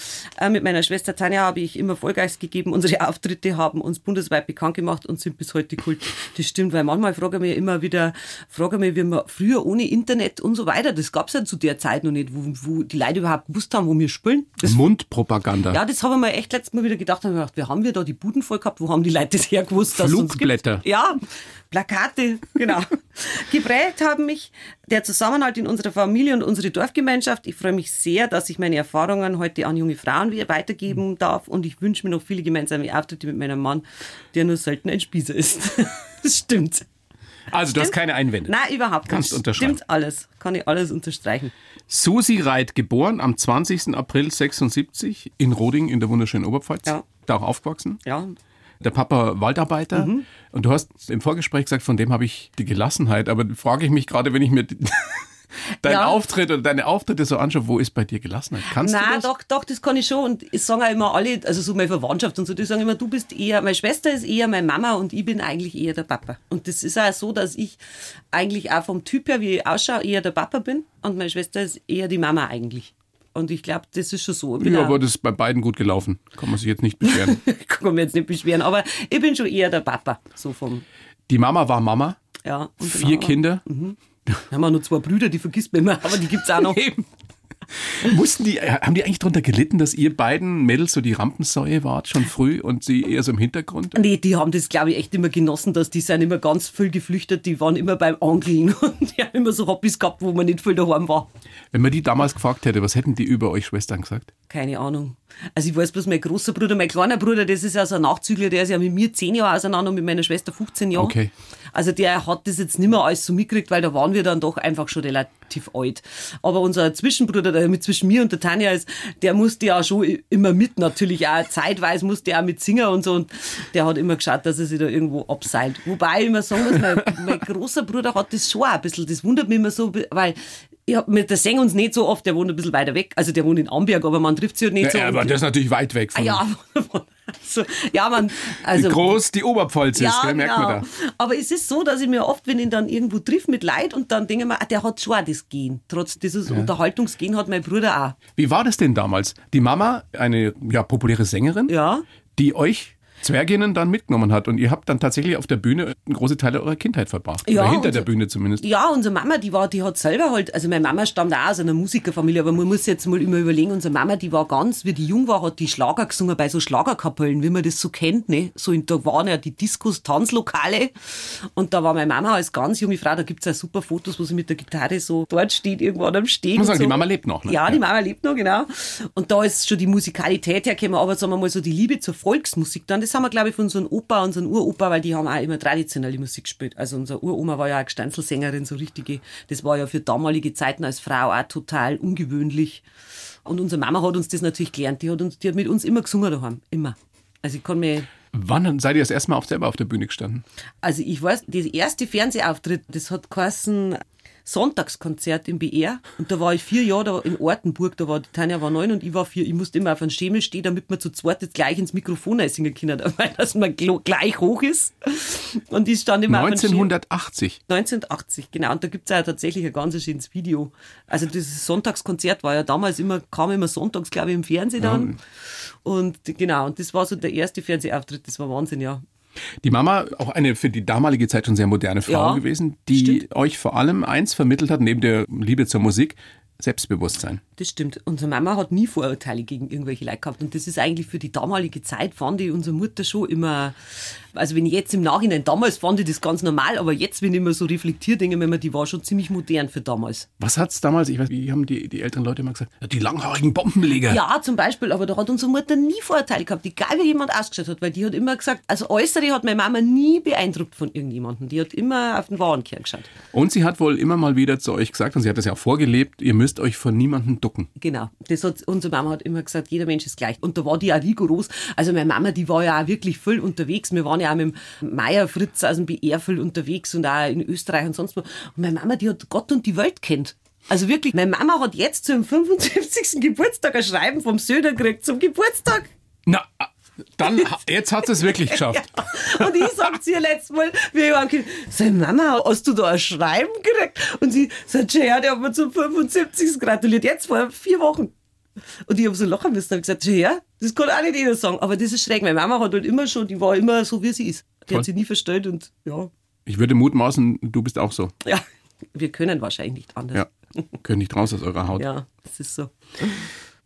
[SPEAKER 1] Äh, Mit meiner Schwester Tanja habe ich immer Vollgas gegeben. Unsere Auftritte haben uns bundesweit bekannt gemacht und sind bis heute Kult. Das stimmt, weil manchmal frage ich mich immer wieder, frage ich mich, wie wir früher ohne Internet und so weiter, das gab es ja zu der Zeit noch nicht, wo, wo die Leute überhaupt gewusst haben, wo wir spielen. Das
[SPEAKER 4] Mundpropaganda.
[SPEAKER 1] ja, das habe ich mir echt letztes Mal wieder gedacht. Da hab ich gedacht, wir haben wir da die Buden voll gehabt? Wo haben die Leute das hergewusst? dass es uns gibt?
[SPEAKER 4] Flugblätter.
[SPEAKER 1] Ja, Plakate, genau. Geprägt haben mich der Zusammenhalt in unserer Familie und unsere Dorfgemeinschaft. Ich freue mich sehr, dass ich meine Erfahrungen heute an junge Frauen wieder
[SPEAKER 4] Mhm.
[SPEAKER 1] weitergeben darf und ich wünsche mir noch viele gemeinsame Auftritte mit meinem Mann, der nur selten ein Spießer ist. das stimmt.
[SPEAKER 4] also, du hast keine Einwände.
[SPEAKER 1] Nein, überhaupt nicht.
[SPEAKER 4] Kannst unterschreiben.
[SPEAKER 1] Stimmt alles. Kann ich alles unterstreichen.
[SPEAKER 4] Susi Reit, geboren am 20. April 76 in Roding in der wunderschönen Oberpfalz.
[SPEAKER 1] Ja.
[SPEAKER 4] Da auch aufgewachsen.
[SPEAKER 1] Ja,
[SPEAKER 4] Der Papa Waldarbeiter.
[SPEAKER 1] Mhm.
[SPEAKER 4] Und du hast im Vorgespräch gesagt, von dem habe ich die Gelassenheit. Aber frage ich mich gerade, wenn ich mir die- deinen
[SPEAKER 1] Ja.
[SPEAKER 4] Auftritt oder deine Auftritte so anschaue, wo ist bei dir Gelassenheit? Kannst du
[SPEAKER 1] Nein,
[SPEAKER 4] das?
[SPEAKER 1] doch, doch, das kann ich schon. Und es sagen auch immer alle, also so meine Verwandtschaft und so, die sagen immer, du bist eher, meine Schwester ist eher meine Mama und ich bin eigentlich eher der Papa. Und das ist auch so, dass ich eigentlich auch vom Typ her, wie ich ausschaue, eher der Papa bin und meine Schwester ist eher die Mama eigentlich. Und ich glaube, das ist schon so. Ich bin
[SPEAKER 4] Ja,
[SPEAKER 1] auch-
[SPEAKER 4] aber das ist bei beiden gut gelaufen. Kann man sich jetzt nicht beschweren.
[SPEAKER 1] kann mich jetzt nicht beschweren, aber ich bin schon eher der Papa. So vom,
[SPEAKER 4] die Mama war Mama,
[SPEAKER 1] ja. und der
[SPEAKER 4] vier
[SPEAKER 1] Mama. Mhm.
[SPEAKER 4] Kinder.
[SPEAKER 1] Dann haben wir nur zwei Brüder, die vergisst man immer, aber die gibt's auch noch.
[SPEAKER 4] Eben. Mussten die, äh, haben die eigentlich darunter gelitten, dass ihr beiden Mädels so die Rampensäue wart schon früh und sie eher so im Hintergrund?
[SPEAKER 1] Nee, die haben das, glaube ich, echt immer genossen, dass die sind immer ganz viel geflüchtet, die waren immer beim Angeln und die haben immer so Hobbys gehabt, wo man nicht viel daheim war.
[SPEAKER 4] Wenn man die damals gefragt hätte, was hätten die über euch Schwestern gesagt?
[SPEAKER 1] Keine Ahnung. Also ich weiß bloß, mein großer Bruder, mein kleiner Bruder, das ist ja so ein Nachzügler, der ist ja mit mir zehn Jahre auseinander und mit meiner Schwester 15 Jahre.
[SPEAKER 4] Okay.
[SPEAKER 1] Also der hat das jetzt nicht mehr alles so mitgekriegt, weil da waren wir dann doch einfach schon relativ alt. Aber unser Zwischenbruder, der mit zwischen mir und der Tanja ist, der musste ja schon immer mit natürlich auch zeitweise musste er auch mit Singer und so und der hat immer geschaut, dass er sich da irgendwo abseilt. Wobei ich immer sagen muss, mein, mein großer Bruder hat das schon auch ein bisschen, das wundert mich immer so, weil ich hab, wir sehen uns nicht so oft, der wohnt ein bisschen weiter weg, also der wohnt in Amberg, aber man trifft sich halt nicht so. und-
[SPEAKER 4] ist natürlich weit weg
[SPEAKER 1] Ah ja, also, ja, man, also, genau.
[SPEAKER 4] groß die Oberpfalz ist, gell, merkt man da.
[SPEAKER 1] aber es ist so, dass ich mir oft, wenn ich ihn dann irgendwo trifft mit Leid und dann denke ich mir, ah, der hat schon auch das Gen. Trotz dieses Unterhaltungsgen hat mein Bruder auch.
[SPEAKER 4] Wie war das denn damals? Die Mama, eine ja, populäre Sängerin,
[SPEAKER 1] Ja.
[SPEAKER 4] die euch Zwerginnen dann mitgenommen hat. Und ihr habt dann tatsächlich auf der Bühne große Teile eurer Kindheit verbracht.
[SPEAKER 1] Ja,
[SPEAKER 4] Oder hinter
[SPEAKER 1] und-
[SPEAKER 4] der Bühne zumindest.
[SPEAKER 1] Ja, unsere Mama, die war, die hat selber halt, also meine Mama stammt auch aus einer Musikerfamilie, aber man muss jetzt mal immer überlegen, unsere Mama, die war ganz, wie die jung war, hat die Schlager gesungen bei so Schlagerkapellen, wie man das so kennt, ne? So in, da waren ja die Diskos, Tanzlokale. Und da war meine Mama als ganz junge Frau, da gibt's ja super Fotos, wo sie mit der Gitarre so dort steht, irgendwann am Steg.
[SPEAKER 4] muss
[SPEAKER 1] und
[SPEAKER 4] sagen,
[SPEAKER 1] so.
[SPEAKER 4] die Mama lebt noch, ne?
[SPEAKER 1] Ja, die
[SPEAKER 4] Ja.
[SPEAKER 1] Mama lebt noch, genau. Und da ist schon die Musikalität hergekommen, aber sagen wir mal so die Liebe zur Volksmusik dann, das haben wir, glaube ich, von unserem Opa, unserem Uropa, weil die haben auch immer traditionelle Musik gespielt. Also unsere Uroma war ja eine Gstanzelsängerin, so richtige. Das war ja für damalige Zeiten als Frau auch total ungewöhnlich. Und unsere Mama hat uns das natürlich gelernt. Die hat, uns, die hat mit uns immer gesungen daheim. Immer. Also ich kann mir,
[SPEAKER 4] Wann seid ihr das erste Mal auf, selber auf der Bühne gestanden?
[SPEAKER 1] also ich weiß, das erste Fernsehauftritt, das hat geheißen Sonntagskonzert im BR. Und da war ich vier Jahre da in Ortenburg, da war die Tanja war neun und ich war vier. Ich musste immer auf einen Schemel stehen, damit man zu zweit jetzt gleich ins Mikrofon einsingen können, weil dass man glo- gleich hoch ist. Und ich stand immer auf einem Schemel.
[SPEAKER 4] 1980.
[SPEAKER 1] 1980, genau. Und da gibt's ja tatsächlich ein ganz schönes Video. Also dieses Sonntagskonzert war ja damals immer, kam immer sonntags, glaube ich, im Fernsehen dann. Und genau, und das war so der erste Fernsehauftritt, das war Wahnsinn, ja.
[SPEAKER 4] Die Mama, auch eine für die damalige Zeit schon sehr moderne Frau
[SPEAKER 1] Ja,
[SPEAKER 4] gewesen, die
[SPEAKER 1] stimmt.
[SPEAKER 4] euch vor allem eins vermittelt hat, neben der Liebe zur Musik, Selbstbewusstsein.
[SPEAKER 1] Das stimmt. Unsere Mama hat nie Vorurteile gegen irgendwelche Leute gehabt. Und das ist eigentlich für die damalige Zeit, fand ich unsere Mutter schon immer, also wenn ich jetzt im Nachhinein, damals fand ich das ganz normal, aber jetzt, wenn ich immer so reflektiere, denke ich mir, immer, die war schon ziemlich modern für damals.
[SPEAKER 4] Was hat's damals, ich weiß, wie haben die, die älteren Leute immer gesagt? Ja, Die langhaarigen Bombenleger.
[SPEAKER 1] Ja, zum Beispiel, aber da hat unsere Mutter nie Vorurteile gehabt, egal wie jemand ausgeschaut hat, weil die hat immer gesagt, also äußere hat meine Mama nie beeindruckt von irgendjemandem. Die hat immer auf den wahren Kern geschaut.
[SPEAKER 4] Und sie hat wohl immer mal wieder zu euch gesagt, und sie hat das ja auch vorgelebt, ihr müsst euch vor niemandem ducken.
[SPEAKER 1] Genau. Das hat, unsere Mama hat immer gesagt, jeder Mensch ist gleich. Und da war die auch rigoros. Also meine Mama, die war ja auch wirklich viel unterwegs. Wir waren ja auch mit dem Meier Fritz also aus dem BR viel unterwegs und auch in Österreich und sonst wo. Und meine Mama, die hat Gott und die Welt kennt. Also wirklich, meine Mama hat jetzt zum 75. Geburtstag ein Schreiben vom Söder gekriegt zum Geburtstag.
[SPEAKER 4] Na, ah, dann, jetzt hat es wirklich geschafft.
[SPEAKER 1] Ja. Und ich sagte ihr letztes Mal, wir waren Kind, sei Mama, hast du da ein Schreiben gekriegt? Und sie sagt, ja, der hat mir zum 75. gratuliert, jetzt vor vier Wochen. Und ich habe so lachen müssen, habe gesagt, ja, das kann auch nicht jeder sagen, aber das ist schräg. Meine Mama hat halt immer schon, die war immer so, wie sie ist. Die
[SPEAKER 4] Voll.
[SPEAKER 1] hat sie nie verstellt und ja,
[SPEAKER 4] Ich würde mutmaßen, du bist auch so.
[SPEAKER 1] ja, wir können wahrscheinlich nicht anders.
[SPEAKER 4] Ja. Könnt nicht raus aus eurer Haut.
[SPEAKER 1] ja das ist so.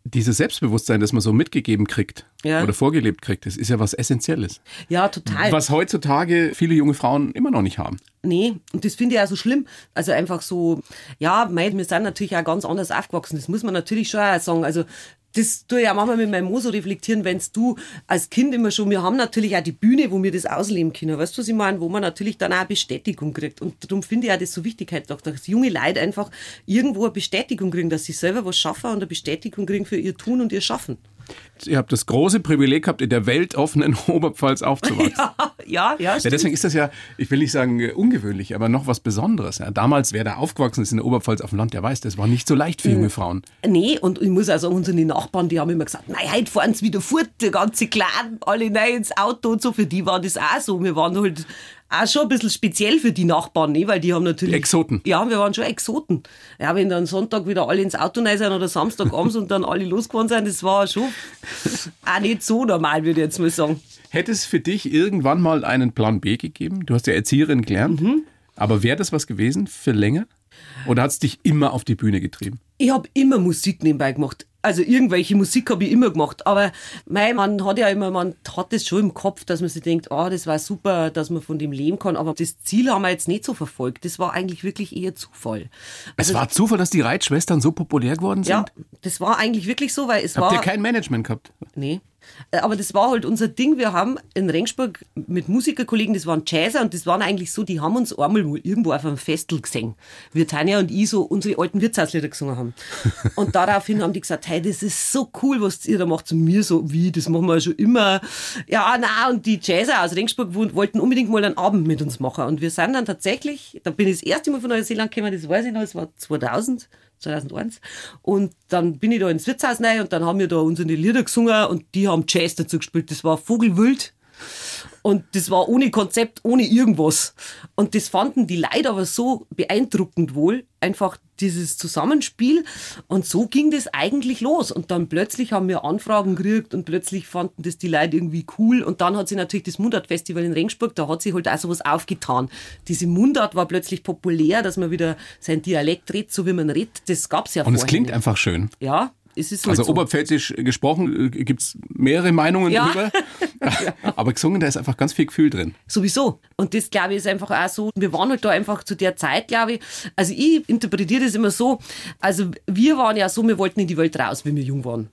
[SPEAKER 4] Dieses Selbstbewusstsein, das man so mitgegeben kriegt
[SPEAKER 1] Ja. Also
[SPEAKER 4] oder vorgelebt kriegt, das ist ja was Essentielles.
[SPEAKER 1] Ja, total.
[SPEAKER 4] Was heutzutage viele junge Frauen immer noch nicht haben.
[SPEAKER 1] Nee, und das finde ich auch so schlimm. Also einfach so, ja, mei, wir sind natürlich auch ganz anders aufgewachsen. Das muss man natürlich schon auch sagen. Also das tue ich auch manchmal mit meinem Mo so reflektieren, wenn's du als Kind immer schon, wir haben natürlich auch die Bühne, wo wir das ausleben können. Weißt du, was ich meine? Wo man natürlich dann auch eine Bestätigung kriegt. Und darum finde ich auch das so wichtig, halt auch, dass junge Leute einfach irgendwo eine Bestätigung kriegen, dass sie selber was schaffen und eine Bestätigung kriegen für ihr Tun und ihr Schaffen.
[SPEAKER 4] Ihr habt das große Privileg gehabt, in der weltoffenen Oberpfalz aufzuwachsen. Ja.
[SPEAKER 1] ja, ja, stimmt.
[SPEAKER 4] deswegen ist das ja, ich will nicht sagen äh, ungewöhnlich, aber noch was Besonderes. Ja, damals, wer da aufgewachsen ist in der Oberpfalz auf dem Land, der weiß, das war nicht so leicht für junge Frauen.
[SPEAKER 1] Nee, und ich muss auch sagen, unsere Nachbarn, die haben immer gesagt, nein, heute fahren sie wieder fort, der ganze Clan, alle rein ins Auto und so. Für die war das auch so. Wir waren halt auch schon ein bisschen speziell für die Nachbarn, ne? weil die haben natürlich...
[SPEAKER 4] Die Exoten.
[SPEAKER 1] Ja, wir waren schon Exoten. Ja, wenn dann Sonntag wieder alle ins Auto rein sind oder Samstag abends und dann alle losgefahren sind, das war schon auch nicht so normal, würde ich jetzt mal sagen.
[SPEAKER 4] Hätte es für dich irgendwann mal einen Plan B gegeben? Du hast ja Erzieherin gelernt,
[SPEAKER 1] Mhm.
[SPEAKER 4] aber wäre das was gewesen für länger? Oder hat es dich immer auf die Bühne getrieben?
[SPEAKER 1] Ich habe immer Musik nebenbei gemacht. Also irgendwelche Musik habe ich immer gemacht. Aber mei, man hat ja immer, man hat das schon im Kopf, dass man sich denkt, ah, das war super, dass man von dem leben kann. Aber das Ziel haben wir jetzt nicht so verfolgt. Das war eigentlich wirklich eher Zufall. Also,
[SPEAKER 4] es war Zufall, dass die Reitschwestern so populär geworden sind?
[SPEAKER 1] Ja, das war eigentlich wirklich so, weil es
[SPEAKER 4] Habt
[SPEAKER 1] war.
[SPEAKER 4] ihr kein Management gehabt?
[SPEAKER 1] Nee. Äh, Aber das war halt unser Ding. Wir haben in Regensburg mit Musikerkollegen, das waren Jazzer und das waren eigentlich so, die haben uns einmal mal irgendwo auf einem Festel gesehen. Wir, Tanja und ich, so unsere alten Wirtshauslieder gesungen haben. Und daraufhin haben die gesagt, hey, das ist so cool, was ihr da macht. Zu mir so, wie, das machen wir ja schon immer. Ja, na und die Jazzer aus Regensburg wo- wollten unbedingt mal einen Abend mit uns machen. Und wir sind dann tatsächlich, da bin ich das erste Mal von Neuseeland gekommen, das weiß ich noch, es war 2000. 2001. Und dann bin ich da ins Wirtshaus rein und dann haben wir da unsere Lieder gesungen und die haben Jazz dazu gespielt. Das war vogelwild. Und das war ohne Konzept, ohne irgendwas. Und das fanden die Leute aber so beeindruckend wohl, einfach dieses Zusammenspiel. Und so ging das eigentlich los. Und dann plötzlich haben wir Anfragen gekriegt und plötzlich fanden das die Leute irgendwie cool. Und dann hat sie natürlich das Mundart-Festival in Regensburg, da hat sich halt auch sowas aufgetan. Diese Mundart war plötzlich populär, dass man wieder seinen Dialekt redet, so wie man redet. Das gab es ja
[SPEAKER 4] Und es
[SPEAKER 1] vorher
[SPEAKER 4] klingt
[SPEAKER 1] nicht.
[SPEAKER 4] einfach schön.
[SPEAKER 1] Ja, es ist halt
[SPEAKER 4] Also
[SPEAKER 1] so.
[SPEAKER 4] oberpfälzisch gesprochen äh, gibt's mehrere Meinungen
[SPEAKER 1] Ja.
[SPEAKER 4] drüber. Aber gesungen, da ist einfach ganz viel Gefühl drin.
[SPEAKER 1] Sowieso. Und das, glaube ich, ist einfach auch so. Wir waren halt da einfach zu der Zeit, glaube ich. Also ich interpretiere das immer so. Also wir waren ja so, wir wollten in die Welt raus, wenn wir jung waren.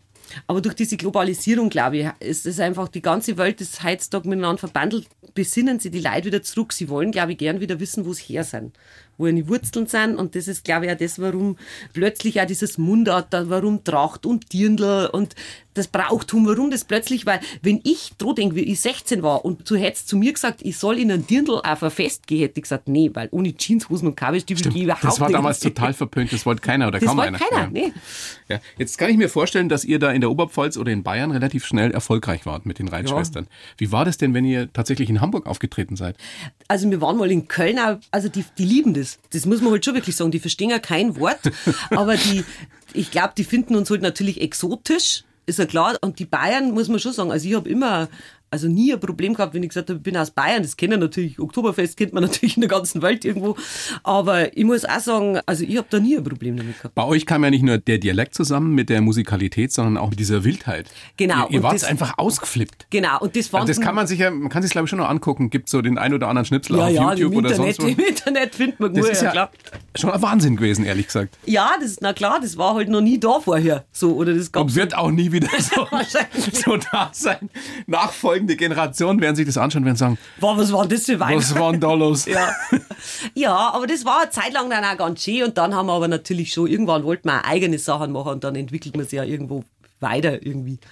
[SPEAKER 1] Aber durch diese Globalisierung, glaube ich, ist es einfach, die ganze Welt ist heutzutage miteinander verbandelt. Besinnen sie die Leute wieder zurück. Sie wollen, glaube ich, gern wieder wissen, wo sie her sind, wo ihre Wurzeln sind. Und das ist, glaube ich, auch das, warum plötzlich auch dieses Mundart, da- warum Tracht und Dirndl und das Brauchtum, warum das plötzlich, weil wenn ich dran denke, wie ich 16 war und du hättest zu mir gesagt, ich soll in ein Dirndl auf ein Fest gehen, hätte ich gesagt, nee, weil ohne Jeanshosen und Kabelstiefel gehe ich überhaupt
[SPEAKER 4] Das war
[SPEAKER 1] nicht.
[SPEAKER 4] damals total verpönt, das wollte keiner oder
[SPEAKER 1] Das
[SPEAKER 4] kaum
[SPEAKER 1] wollte
[SPEAKER 4] einer.
[SPEAKER 1] keiner,
[SPEAKER 4] Ja.
[SPEAKER 1] nee.
[SPEAKER 4] Ja. Jetzt kann ich mir vorstellen, dass ihr da in der Oberpfalz oder in Bayern relativ schnell erfolgreich wart mit den Reitschwestern. Wie war das denn, wenn ihr tatsächlich in Hamburg aufgetreten seid?
[SPEAKER 1] Also wir waren mal in Köln, auch- also die, die lieben das. Das muss man halt schon wirklich sagen. Die verstehen ja kein Wort, aber die, ich glaube, die finden uns halt natürlich exotisch, ist ja klar. Und die Bayern muss man schon sagen, also ich habe immer, also nie ein Problem gehabt, wenn ich gesagt habe, ich bin aus Bayern. Das kennen natürlich, Oktoberfest kennt man natürlich in der ganzen Welt irgendwo. Aber ich muss auch sagen, also ich habe da nie ein Problem damit gehabt.
[SPEAKER 4] Bei euch kam ja nicht nur der Dialekt zusammen mit der Musikalität, sondern auch mit dieser Wildheit.
[SPEAKER 1] Genau,
[SPEAKER 4] Ihr, ihr
[SPEAKER 1] und
[SPEAKER 4] wart
[SPEAKER 1] das-
[SPEAKER 4] einfach ausgeflippt.
[SPEAKER 1] Genau, und das war
[SPEAKER 4] Also das kann man sich ja, man kann sich glaube ich schon noch angucken. Gibt so den ein oder anderen Schnipsel
[SPEAKER 1] ja,
[SPEAKER 4] auf
[SPEAKER 1] ja,
[SPEAKER 4] YouTube
[SPEAKER 1] im
[SPEAKER 4] oder
[SPEAKER 1] Internet,
[SPEAKER 4] sonst wo.
[SPEAKER 1] im Internet findet man
[SPEAKER 4] Das
[SPEAKER 1] gut,
[SPEAKER 4] ist
[SPEAKER 1] ja,
[SPEAKER 4] ja
[SPEAKER 1] klar.
[SPEAKER 4] schon ein Wahnsinn gewesen, ehrlich gesagt.
[SPEAKER 1] Ja, das ist, na klar, das war halt noch nie da vorher, so, oder das gab's
[SPEAKER 4] Und wird auch nie wieder so,
[SPEAKER 1] Wahrscheinlich.
[SPEAKER 4] so da sein. Nachfolgende Generationen werden sich das anschauen und werden sagen,
[SPEAKER 1] Boah, was war das für Weihnachten?
[SPEAKER 4] was war denn da los?
[SPEAKER 1] Ja. ja, aber das war eine Zeit lang dann auch ganz schön und dann haben wir aber natürlich schon, irgendwann wollten wir auch eigene Sachen machen und dann entwickelt man sich ja irgendwo weiter irgendwie.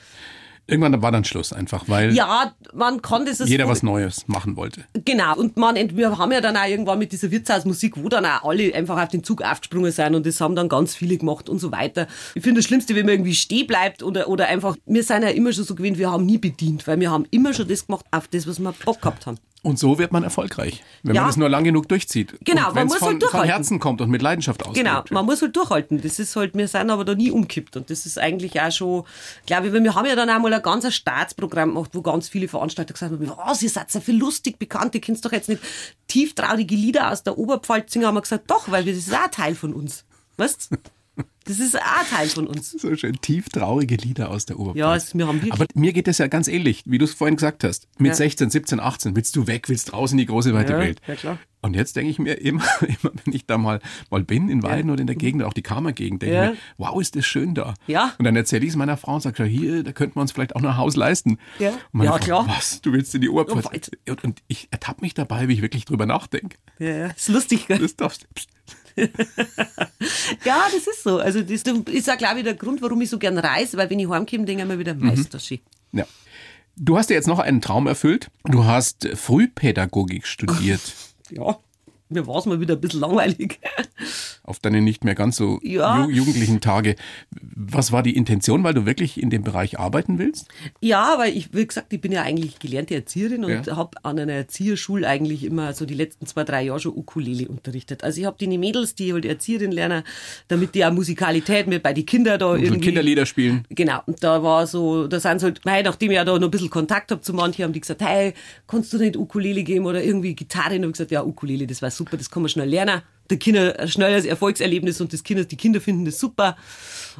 [SPEAKER 4] Irgendwann war dann Schluss einfach, weil
[SPEAKER 1] Ja, man kann das...
[SPEAKER 4] jeder was Neues machen wollte.
[SPEAKER 1] Genau, und man, ent- wir haben ja dann auch irgendwann mit dieser Wirtshausmusik, wo dann auch alle einfach auf den Zug aufgesprungen sind und das haben dann ganz viele gemacht und so weiter. Ich finde das Schlimmste, wenn man irgendwie stehen bleibt oder, oder einfach, wir sind ja immer schon so gewesen, wir haben nie bedient, weil wir haben immer schon das gemacht, auf das, was wir Bock gehabt haben.
[SPEAKER 4] Und so wird man erfolgreich, wenn
[SPEAKER 1] Ja.
[SPEAKER 4] man das nur lang genug durchzieht.
[SPEAKER 1] Genau, man
[SPEAKER 4] und wenn's
[SPEAKER 1] muss
[SPEAKER 4] von,
[SPEAKER 1] halt durchhalten.
[SPEAKER 4] von Herzen kommt und mit Leidenschaft ausgeht.
[SPEAKER 1] Genau, man muss halt durchhalten. Das ist halt, wir sind aber da nie umkippt. Und das ist eigentlich auch schon, glaube ich, weil wir haben ja dann einmal ein ganzes Staatsprogramm gemacht, wo ganz viele Veranstalter gesagt haben, was, ihr seid so viel lustig bekannt, ihr kennt doch jetzt nicht tieftraurige Lieder aus der Oberpfalz singen, haben wir gesagt, doch, weil das ist auch ein Teil von uns. Weißt Das ist auch ein Teil von uns.
[SPEAKER 4] So schön tief traurige Lieder aus der Oberpfalz.
[SPEAKER 1] Ja, es- wir haben wirklich-
[SPEAKER 4] Aber mir geht das ja ganz ähnlich, wie du es vorhin gesagt hast. Mit
[SPEAKER 1] Ja.
[SPEAKER 4] 16, 17, 18 willst du weg, willst draußen in die große weite
[SPEAKER 1] Ja,
[SPEAKER 4] Welt.
[SPEAKER 1] ja, klar.
[SPEAKER 4] Und jetzt denke ich mir immer, immer, wenn ich da mal, mal bin in Weiden oder in der Gegend, auch die Kammergegend, denke
[SPEAKER 1] Ja.
[SPEAKER 4] ich mir, wow, ist das schön da.
[SPEAKER 1] Ja.
[SPEAKER 4] Und dann erzähle ich es meiner Frau und sage, schau, hier, da könnten wir uns vielleicht auch noch ein Haus leisten.
[SPEAKER 1] Ja.
[SPEAKER 4] Und meine
[SPEAKER 1] Ja,
[SPEAKER 4] Frau,
[SPEAKER 1] klar.
[SPEAKER 4] Was, du willst in die Oberpfalz?
[SPEAKER 1] Oberpfalz.
[SPEAKER 4] Und, und ich ertappe mich dabei, wie ich wirklich drüber nachdenke.
[SPEAKER 1] Ja, ja. Ist lustig, gell?
[SPEAKER 4] Das darfst du.
[SPEAKER 1] Ja, das ist so. Also, das ist auch, glaube ich, der Grund, warum ich so gern reise, weil wenn ich heimkomme, denke ich mir wieder, Meister, schön.
[SPEAKER 4] Ja. Du hast ja jetzt noch einen Traum erfüllt. Du hast Frühpädagogik studiert.
[SPEAKER 1] Ja, mir war es mal wieder ein bisschen langweilig.
[SPEAKER 4] auf deine nicht mehr ganz so
[SPEAKER 1] Ja.
[SPEAKER 4] ju jugendlichen Tage. Was war die Intention, weil du wirklich in dem Bereich arbeiten willst?
[SPEAKER 1] Ja, weil ich, wie gesagt, ich bin ja eigentlich gelernte Erzieherin und
[SPEAKER 4] Ja.
[SPEAKER 1] habe an einer Erzieherschule eigentlich immer so die letzten zwei, drei Jahre schon Ukulele unterrichtet. Also ich habe die Mädels, die halt Erzieherin lernen, damit die auch Musikalität mit bei den Kindern da
[SPEAKER 4] So
[SPEAKER 1] irgendwie...
[SPEAKER 4] Also Kinderlieder spielen.
[SPEAKER 1] Genau, und da war so, da sind sie halt, mei, nachdem ich ja da noch ein bisschen Kontakt hab zu manchen, haben die gesagt, hey, kannst du nicht Ukulele geben oder irgendwie Gitarre? Und hab ich gesagt, ja, Ukulele, das war super, das kann man schnell lernen. Der Kinder ein schnelles Erfolgserlebnis und das Kinder, die Kinder finden das super.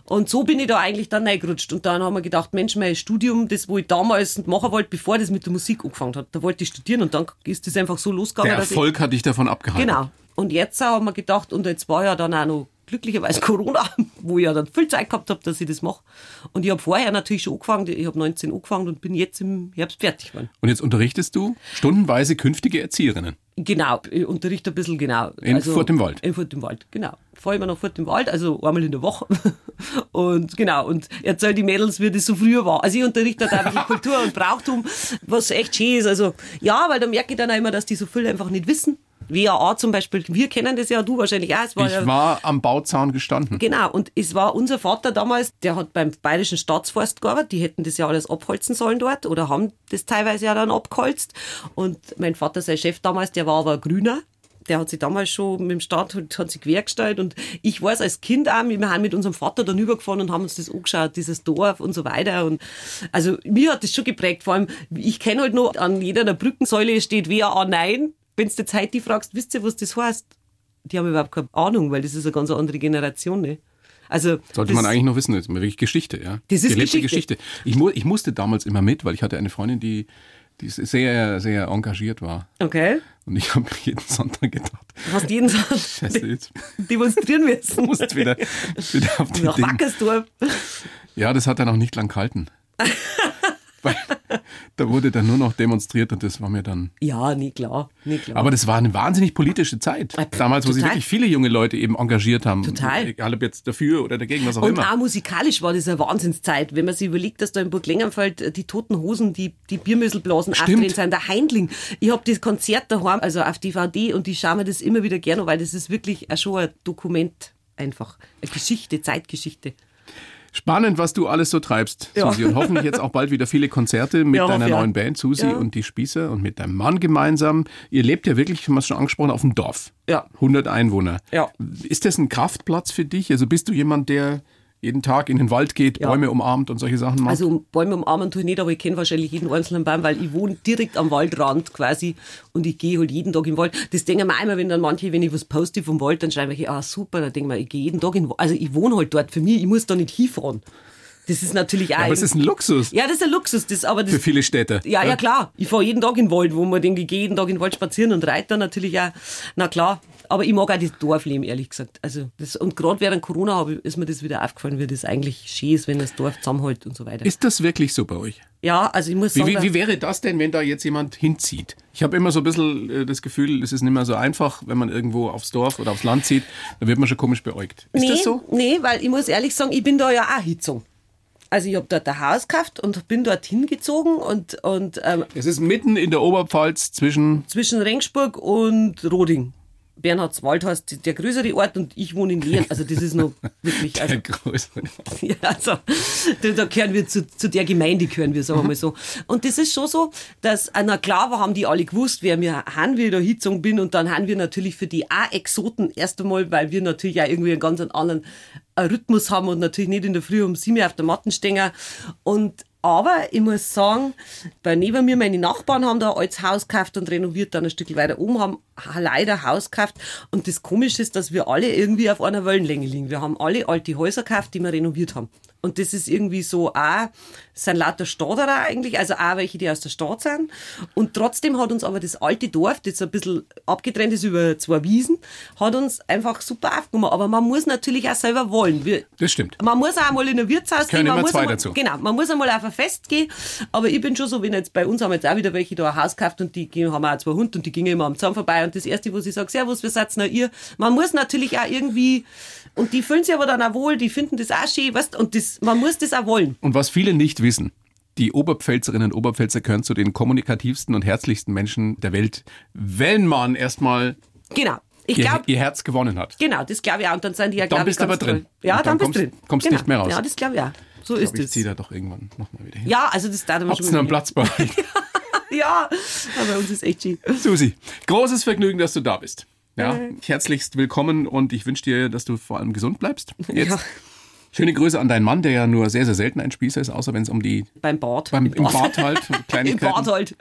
[SPEAKER 1] Und so bin ich da eigentlich dann reingerutscht. Und dann haben wir gedacht, Mensch, mein Studium, das, wo ich damals machen wollte, bevor das mit der Musik angefangen hat, da wollte ich studieren und dann ist das einfach so losgegangen,
[SPEAKER 4] Der
[SPEAKER 1] dass ich
[SPEAKER 4] Erfolg hat dich davon abgehalten.
[SPEAKER 1] Genau. Und jetzt auch haben wir gedacht, und jetzt war ja dann auch noch glücklicherweise Corona, wo ich ja dann viel Zeit gehabt habe, dass ich das mache. Und ich habe vorher natürlich schon angefangen, ich habe 19 angefangen und bin jetzt im Herbst fertig geworden.
[SPEAKER 4] Und jetzt unterrichtest du stundenweise künftige Erzieherinnen.
[SPEAKER 1] Genau, ich unterrichte ein bisschen genau.
[SPEAKER 4] In Furt im Wald.
[SPEAKER 1] In Furt im Wald, genau. Fahre immer nach Furt im Wald, also einmal in der Woche. Und genau, und erzähle die Mädels, wie das so früher war. Also ich unterrichte da ein bisschen Kultur und Brauchtum, was echt schön ist. Also ja, weil da merke ich dann auch immer, dass die so viel einfach nicht wissen. WAA zum Beispiel, wir kennen das ja, du wahrscheinlich auch. Es war ja,
[SPEAKER 4] Ich war am Bauzaun gestanden.
[SPEAKER 1] Genau, und es war unser Vater damals, der hat beim Bayerischen Staatsforst gearbeitet, die hätten das ja alles abholzen sollen dort oder haben das teilweise ja dann abgeholzt. Und mein Vater, sein Chef damals, der war aber ein Grüner. Der hat sich damals schon mit dem Staat hat, hat sich quergestellt und ich weiß als Kind auch, wir haben mit unserem Vater dann übergefahren und haben uns das angeschaut, dieses Dorf und so weiter. Und also mir hat das schon geprägt. Vor allem, ich kenne halt noch, an jeder der Brückensäule steht WAA Nein. Wenn du jetzt heute die fragst, wisst ihr, was das heißt? die haben überhaupt keine Ahnung, weil das ist eine ganz andere Generation. Ne? Also
[SPEAKER 4] Sollte
[SPEAKER 1] das,
[SPEAKER 4] man eigentlich noch wissen, das ist wirklich Geschichte, ja.
[SPEAKER 1] Das ist
[SPEAKER 4] Gelebte
[SPEAKER 1] Geschichte.
[SPEAKER 4] Geschichte. Ich, mu ich musste damals immer mit, weil ich hatte eine Freundin, die, die sehr, sehr engagiert war.
[SPEAKER 1] Okay.
[SPEAKER 4] Und ich habe jeden Sonntag gedacht,
[SPEAKER 1] Du hast jeden
[SPEAKER 4] Scheiße,
[SPEAKER 1] Tag
[SPEAKER 4] jetzt
[SPEAKER 1] demonstrieren müssen.
[SPEAKER 4] musst du wieder, wieder auf die
[SPEAKER 1] Nach
[SPEAKER 4] Dinge.
[SPEAKER 1] Wackersdorf.
[SPEAKER 4] Ja, das hat dann auch nicht lang gehalten. Weil da wurde dann nur noch demonstriert und das war mir dann.
[SPEAKER 1] Ja, nie klar. Nie klar.
[SPEAKER 4] Aber das war eine wahnsinnig politische Zeit.
[SPEAKER 1] Ah, pff,
[SPEAKER 4] Damals, wo sich
[SPEAKER 1] total.
[SPEAKER 4] wirklich viele junge Leute eben engagiert haben.
[SPEAKER 1] Total.
[SPEAKER 4] Egal ob jetzt dafür oder dagegen, was auch
[SPEAKER 1] und
[SPEAKER 4] immer.
[SPEAKER 1] auch musikalisch war das eine Wahnsinnszeit, wenn man sich überlegt, dass da in Burg Lengernfeld die Toten Hosen, die, die Biermüsselblasen
[SPEAKER 4] Stimmt.
[SPEAKER 1] aufdrehen sind, der Heindling. Ich habe das Konzert daheim, also auf DVD und ich schaue mir das immer wieder gerne, an, weil das ist wirklich auch schon ein Dokument einfach. Eine Geschichte, Zeitgeschichte.
[SPEAKER 4] Spannend, was du alles so treibst,
[SPEAKER 1] Ja.
[SPEAKER 4] Susi. Und hoffentlich jetzt auch bald wieder viele Konzerte mit
[SPEAKER 1] Ja, hoffe
[SPEAKER 4] deiner
[SPEAKER 1] ich auch.
[SPEAKER 4] neuen Band, Susi
[SPEAKER 1] Ja.
[SPEAKER 4] und die Spießer und mit deinem Mann gemeinsam. Ihr lebt ja wirklich, haben wir es schon angesprochen, auf dem Dorf.
[SPEAKER 1] Ja.
[SPEAKER 4] 100 Einwohner.
[SPEAKER 1] Ja.
[SPEAKER 4] Ist das ein Kraftplatz für dich? Also bist du jemand, der jeden Tag in den Wald geht,
[SPEAKER 1] Ja.
[SPEAKER 4] Bäume umarmt und solche Sachen macht?
[SPEAKER 1] Also um Bäume umarmen tue ich nicht, aber ich kenne wahrscheinlich jeden einzelnen Baum, weil ich wohne direkt am Waldrand quasi und ich gehe halt jeden Tag im Wald. Das denken wir einmal, wenn dann manche, wenn ich was poste vom Wald, dann schreiben welche, ah super, dann denken wir, ich gehe jeden Tag in den Wald. Also ich wohne halt dort für mich, ich muss da nicht hinfahren. Das ist natürlich auch.
[SPEAKER 4] ja, aber es ist ein Luxus
[SPEAKER 1] ja, das ist ein Luxus, das, aber das.
[SPEAKER 4] für viele Städte.
[SPEAKER 1] Ja, ja, klar. Ich fahre jeden Tag in den Wald, wo man denkt, ich gehe jeden Tag in den Wald spazieren und reite dann natürlich auch. Na klar. Aber ich mag auch das Dorfleben, ehrlich gesagt. Also das, und gerade während Corona habe ich- ist mir das wieder aufgefallen, wie das eigentlich schön ist, wenn das Dorf zusammenhält und so weiter.
[SPEAKER 4] Ist das wirklich so bei euch?
[SPEAKER 1] Ja, also ich muss
[SPEAKER 4] Wie,
[SPEAKER 1] sagen,
[SPEAKER 4] wie, wie wäre das denn, wenn da jetzt jemand hinzieht? Ich habe immer so ein bisschen äh, das Gefühl, es ist nicht mehr so einfach, wenn man irgendwo aufs Dorf oder aufs Land zieht, dann wird man schon komisch beäugt. Ist
[SPEAKER 1] nee,
[SPEAKER 4] das so?
[SPEAKER 1] nee, weil ich muss ehrlich sagen, ich bin da ja auch hingezogen. Also ich hab dort ein Haus gekauft und bin dort hingezogen und, und ähm,
[SPEAKER 4] Es ist mitten in der Oberpfalz zwischen.
[SPEAKER 1] zwischen Rengsburg und Roding. Bernhardswald heißt die- der größere Ort und ich wohne in Lehren. Also das ist noch wirklich... Also, Ja, also, da, da gehören wir zu, zu der Gemeinde, gehören wir, sagen wir mal so. Und das ist schon so, dass, ah, na klar, wir haben die alle gewusst, wer mir haben wir da hingezogen bin und dann haben wir natürlich für die auch Exoten erst einmal, weil wir natürlich auch irgendwie einen ganz anderen äh, Rhythmus haben und natürlich nicht in der Früh um sieben Uhr auf der Matten stehen. Und aber ich muss sagen, bei neben mir meine Nachbarn haben da ein altes Haus gekauft und renoviert, dann ein Stück weiter oben haben leider ein Haus gekauft. Und das Komische ist, dass wir alle irgendwie auf einer Wellenlänge liegen. Wir haben alle alte Häuser gekauft, die wir renoviert haben. Und das ist irgendwie so auch, es sind lauter Staderer eigentlich, also auch welche, die aus der Stadt sind. Und trotzdem hat uns aber das alte Dorf, das ein bisschen abgetrennt ist über zwei Wiesen, hat uns einfach super aufgenommen. Aber man muss natürlich auch selber wollen. Wir,
[SPEAKER 4] Das stimmt.
[SPEAKER 1] man muss auch mal in ein Wirtshaus
[SPEAKER 4] Können
[SPEAKER 1] gehen. Man
[SPEAKER 4] immer
[SPEAKER 1] muss
[SPEAKER 4] zwei
[SPEAKER 1] einmal,
[SPEAKER 4] dazu.
[SPEAKER 1] Genau, man muss einmal auf ein Fest gehen. Aber ich bin schon so, wenn jetzt bei uns haben jetzt auch wieder welche da ein Haus gekauft und die gehen- haben auch zwei Hunde und die gingen immer am Zaun vorbei. Und das Erste, wo sie sagen, Servus, wir seid noch ihr. Man muss natürlich auch irgendwie, und die fühlen sich aber dann auch wohl, die finden das auch schön, weißt, und das, man muss das auch wollen.
[SPEAKER 4] Und was viele nicht wissen, die Oberpfälzerinnen und Oberpfälzer gehören zu den kommunikativsten und herzlichsten Menschen der Welt, wenn man erstmal
[SPEAKER 1] Genau. Ich
[SPEAKER 4] ihr,
[SPEAKER 1] glaube,
[SPEAKER 4] ihr Herz gewonnen hat.
[SPEAKER 1] genau, das glaube ich auch. Und dann sind die ja,
[SPEAKER 4] Dann
[SPEAKER 1] glaube ich,
[SPEAKER 4] bist du
[SPEAKER 1] ganz
[SPEAKER 4] aber drin.
[SPEAKER 1] toll. Ja,
[SPEAKER 4] Und
[SPEAKER 1] dann,
[SPEAKER 4] dann
[SPEAKER 1] bist du
[SPEAKER 4] kommst-
[SPEAKER 1] drin.
[SPEAKER 4] kommst
[SPEAKER 1] genau.
[SPEAKER 4] nicht mehr raus.
[SPEAKER 1] Ja, das glaube ich auch. So
[SPEAKER 4] Ich glaub, ich
[SPEAKER 1] ist
[SPEAKER 4] ziehe
[SPEAKER 1] es.
[SPEAKER 4] da doch irgendwann nochmal wieder hin.
[SPEAKER 1] Ja, also das darf man
[SPEAKER 4] Habt
[SPEAKER 1] schon
[SPEAKER 4] ihr noch einen
[SPEAKER 1] überlegen.
[SPEAKER 4] Platz bei euch?
[SPEAKER 1] Ja, aber bei uns ist echt schön.
[SPEAKER 4] Susi, großes Vergnügen, dass du da bist. Ja, herzlichst willkommen und ich wünsche dir, dass du vor allem gesund bleibst. Jetzt.
[SPEAKER 1] Ja.
[SPEAKER 4] Schöne Grüße an deinen Mann, der ja nur sehr, sehr selten ein Spießer ist, außer wenn es um die
[SPEAKER 1] Beim Bad.
[SPEAKER 4] beim, im Bad halt,
[SPEAKER 1] Im Bad
[SPEAKER 4] Kleinigkeiten,
[SPEAKER 1] halt.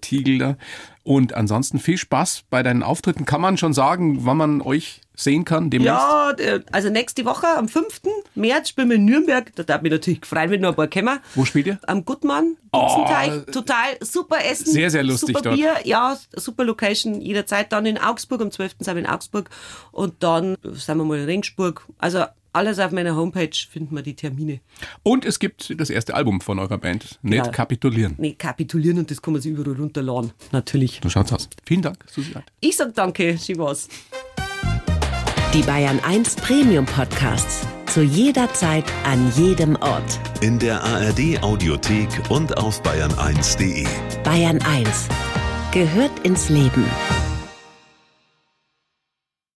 [SPEAKER 4] Tiegel da. Und ansonsten viel Spaß bei deinen Auftritten. Kann man schon sagen, wann man euch sehen kann demnächst?
[SPEAKER 1] Ja, der- also nächste Woche am 5. März spielen wir in Nürnberg. Da darf mich natürlich freuen, wenn noch ein paar kommen.
[SPEAKER 4] Wo spielt ihr? Oh.
[SPEAKER 1] Am Gutmann, Dutzenteich. Total super Essen.
[SPEAKER 4] Sehr, sehr lustig
[SPEAKER 1] Super
[SPEAKER 4] dort.
[SPEAKER 1] Bier, ja, super Location jederzeit. Dann in Augsburg, am 12. sind wir in Augsburg. Und dann sind wir mal in Regensburg. Also alles auf meiner Homepage finden wir die Termine.
[SPEAKER 4] Und es gibt das erste Album von eurer Band, Nicht
[SPEAKER 1] Genau.
[SPEAKER 4] kapitulieren.
[SPEAKER 1] Nee, kapitulieren und das kann man sich überall runterladen. Natürlich.
[SPEAKER 4] So schaut's aus. Vielen Dank, Susi. Alt.
[SPEAKER 1] Ich sag danke, schön war's.
[SPEAKER 3] Die Bayern 1 Premium Podcasts. Zu jeder Zeit, an jedem Ort.
[SPEAKER 2] In der ARD Audiothek und auf bayern1.de.
[SPEAKER 3] Bayern 1 gehört ins Leben.